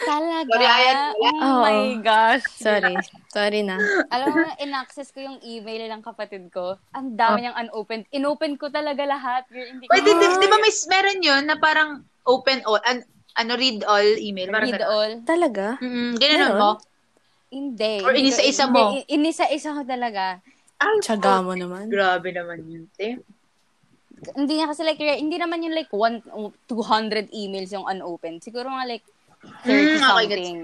Speaker 1: Talaga?
Speaker 3: Sorry, ayan, wala.
Speaker 1: Oh my
Speaker 2: Oo.
Speaker 1: gosh.
Speaker 2: (laughs) Sorry. Sorry na.
Speaker 1: Alam mo, in-access ko yung email ng kapatid ko. Ang
Speaker 2: Ah.
Speaker 1: dami niyang unopened. Inopen ko talaga lahat. Girl, hindi ko
Speaker 3: Wait, di, di, di ba may, meron yun na parang open all, an, ano, read all email? Parang
Speaker 1: read
Speaker 3: ganun.
Speaker 1: all. (laughs)
Speaker 2: Talaga?
Speaker 3: Mm, ganun
Speaker 2: Meron?
Speaker 3: mo.
Speaker 1: Hindi.
Speaker 3: Or
Speaker 1: Hindi ko-
Speaker 3: inisa-isa
Speaker 1: hindi.
Speaker 3: mo?
Speaker 1: I- Inisa-isa ko talaga.
Speaker 2: Tsaga mo naman.
Speaker 3: Grabe naman yun, te.
Speaker 1: Hindi niya kasi like, re- hindi naman yung like one, 200 emails yung unopened. Siguro nga like 30
Speaker 3: Mm, okay, gets-
Speaker 1: something.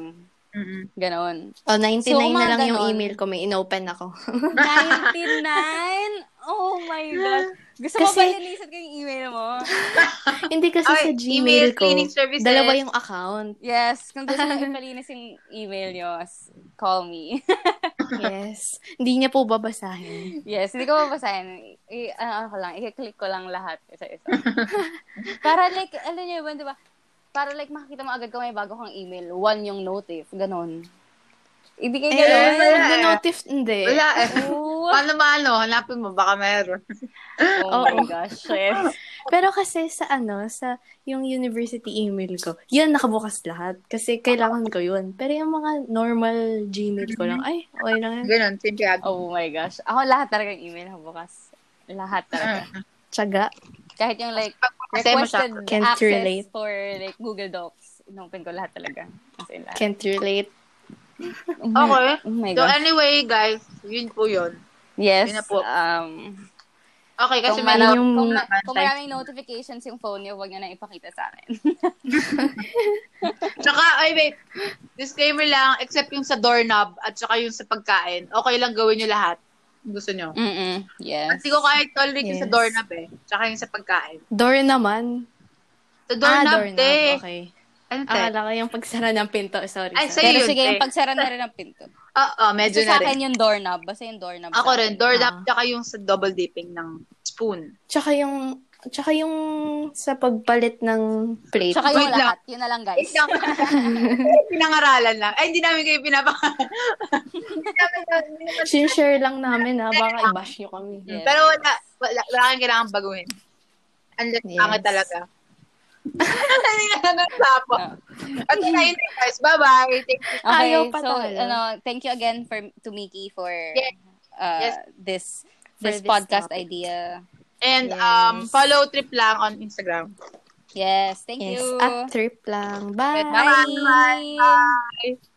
Speaker 3: Mm-mm.
Speaker 1: Ganon.
Speaker 2: Oh, 99
Speaker 1: So,
Speaker 2: na
Speaker 1: mga
Speaker 2: lang yung
Speaker 1: ganon.
Speaker 2: email ko. May inopen ako. (laughs)
Speaker 1: 99? Oh my gosh. Gusto mo
Speaker 2: Kasi-
Speaker 1: ba linisan ko yung email mo?
Speaker 2: Hindi kasi sa
Speaker 3: Ay, email
Speaker 2: Gmail ko.
Speaker 3: cleaning services.
Speaker 2: Dalawa yung account.
Speaker 1: Yes. Kung gusto
Speaker 3: (laughs)
Speaker 1: mo ipalinis yung email nyo, s- call me.
Speaker 2: Yes. Hindi niya po babasahin.
Speaker 1: yes. Hindi ko mabasahin. I, ano ko lang, i-click ko lang lahat isa-isa. (laughs) Para like, alam niyo yun, di ba? Para like, makakita mo agad kung may bago kang email. One yung notif. Ganon. Hindi kayo
Speaker 2: Eh,
Speaker 1: ganon.
Speaker 3: wala eh.
Speaker 2: notif, hindi.
Speaker 3: Wala eh.
Speaker 1: Oh,
Speaker 3: Paano maano? Hanapin mo, baka meron.
Speaker 1: oh my gosh. Yes.
Speaker 2: Pero kasi sa ano, sa yung university email ko, yun nakabukas lahat. Kasi kailangan ko yun. Pero yung mga normal Gmail ko lang, ay, okay lang yan.
Speaker 3: Ganun, Santiago.
Speaker 1: Oh my gosh. Ako lahat talaga yung email ko bukas. Lahat talaga.
Speaker 2: Tsaga.
Speaker 1: Kahit yung like
Speaker 3: Kasi
Speaker 1: requested
Speaker 3: masyado-
Speaker 2: Can't
Speaker 1: access
Speaker 2: relate.
Speaker 1: for like Google Docs. Inopen ko lahat talaga. As in lahat.
Speaker 2: Can't relate.
Speaker 1: Oh my-
Speaker 3: Okay.
Speaker 1: Oh my
Speaker 3: So
Speaker 1: gosh.
Speaker 3: anyway, guys, yun po yun.
Speaker 1: Yes.
Speaker 3: yun na po.
Speaker 1: Um,
Speaker 3: Okay, kasi
Speaker 1: kung,
Speaker 3: may
Speaker 1: mara-
Speaker 2: yung-
Speaker 1: kung, ma- kung maraming notifications yung phone niyo, huwag niyo na ipakita sa (laughs) akin.
Speaker 3: Tsaka, ay wait, disclaimer lang, except yung sa doorknob at tsaka yung sa pagkain, okay lang gawin nyo lahat. Kung Gusto nyo.
Speaker 1: Mm-mm. Yes.
Speaker 3: Hindi ko kaya tolerate yung sa
Speaker 2: Yes.
Speaker 3: doorknob eh. Tsaka yung sa pagkain.
Speaker 2: Door naman.
Speaker 3: Sa doorknob,
Speaker 2: ah, doorknob.
Speaker 3: te.
Speaker 2: Okay.
Speaker 3: Ano
Speaker 1: Ah,
Speaker 3: te?
Speaker 2: Akala ko yung pagsara ng pinto. Sorry.
Speaker 3: Ay,
Speaker 2: sorry.
Speaker 1: Pero
Speaker 3: yun,
Speaker 1: sige,
Speaker 3: eh.
Speaker 1: yung pagsara na rin ng pinto.
Speaker 3: Oo,
Speaker 1: Medyo
Speaker 3: medyo na
Speaker 1: sa
Speaker 3: rin.
Speaker 1: akin yung doorknob. Basta yung doorknob.
Speaker 3: Ako
Speaker 1: sa akin.
Speaker 3: rin, doorknob,
Speaker 2: Ah.
Speaker 3: tsaka yung sa double dipping ng
Speaker 1: (laughs)
Speaker 3: spoon.
Speaker 2: Tsaka yung, tsaka yung sa pagpalit ng plate.
Speaker 1: Tsaka yung
Speaker 3: Wait lang.
Speaker 1: lahat. Yun na lang, guys.
Speaker 3: Wait lang. Pinangaralan lang. Ay, hindi namin kayo (laughs) pinapakain.
Speaker 2: Sinshare lang namin ha, baka i-bash nyo kami.
Speaker 1: Yes.
Speaker 3: Pero wala, wala, wala kang kailangan baguhin. Unless
Speaker 2: Yes.
Speaker 3: angat (laughs) talaga. Hindi na natapos.
Speaker 1: Ah.
Speaker 3: At yun na guys. Bye-bye. Take care.
Speaker 1: Okay,
Speaker 2: Ayaw pa
Speaker 1: so,
Speaker 2: talaga.
Speaker 1: ano, thank you again for to Miki for
Speaker 3: Yes.
Speaker 1: uh,
Speaker 3: Yes.
Speaker 1: this
Speaker 2: For
Speaker 1: this,
Speaker 2: this
Speaker 1: podcast
Speaker 2: topic.
Speaker 1: idea.
Speaker 3: And
Speaker 2: Yes.
Speaker 3: um, follow Trip lang on Instagram.
Speaker 1: Yes, thank
Speaker 2: Yes, Ah,
Speaker 1: you.
Speaker 2: at trip lang. Bye!
Speaker 3: Bye-bye. Bye.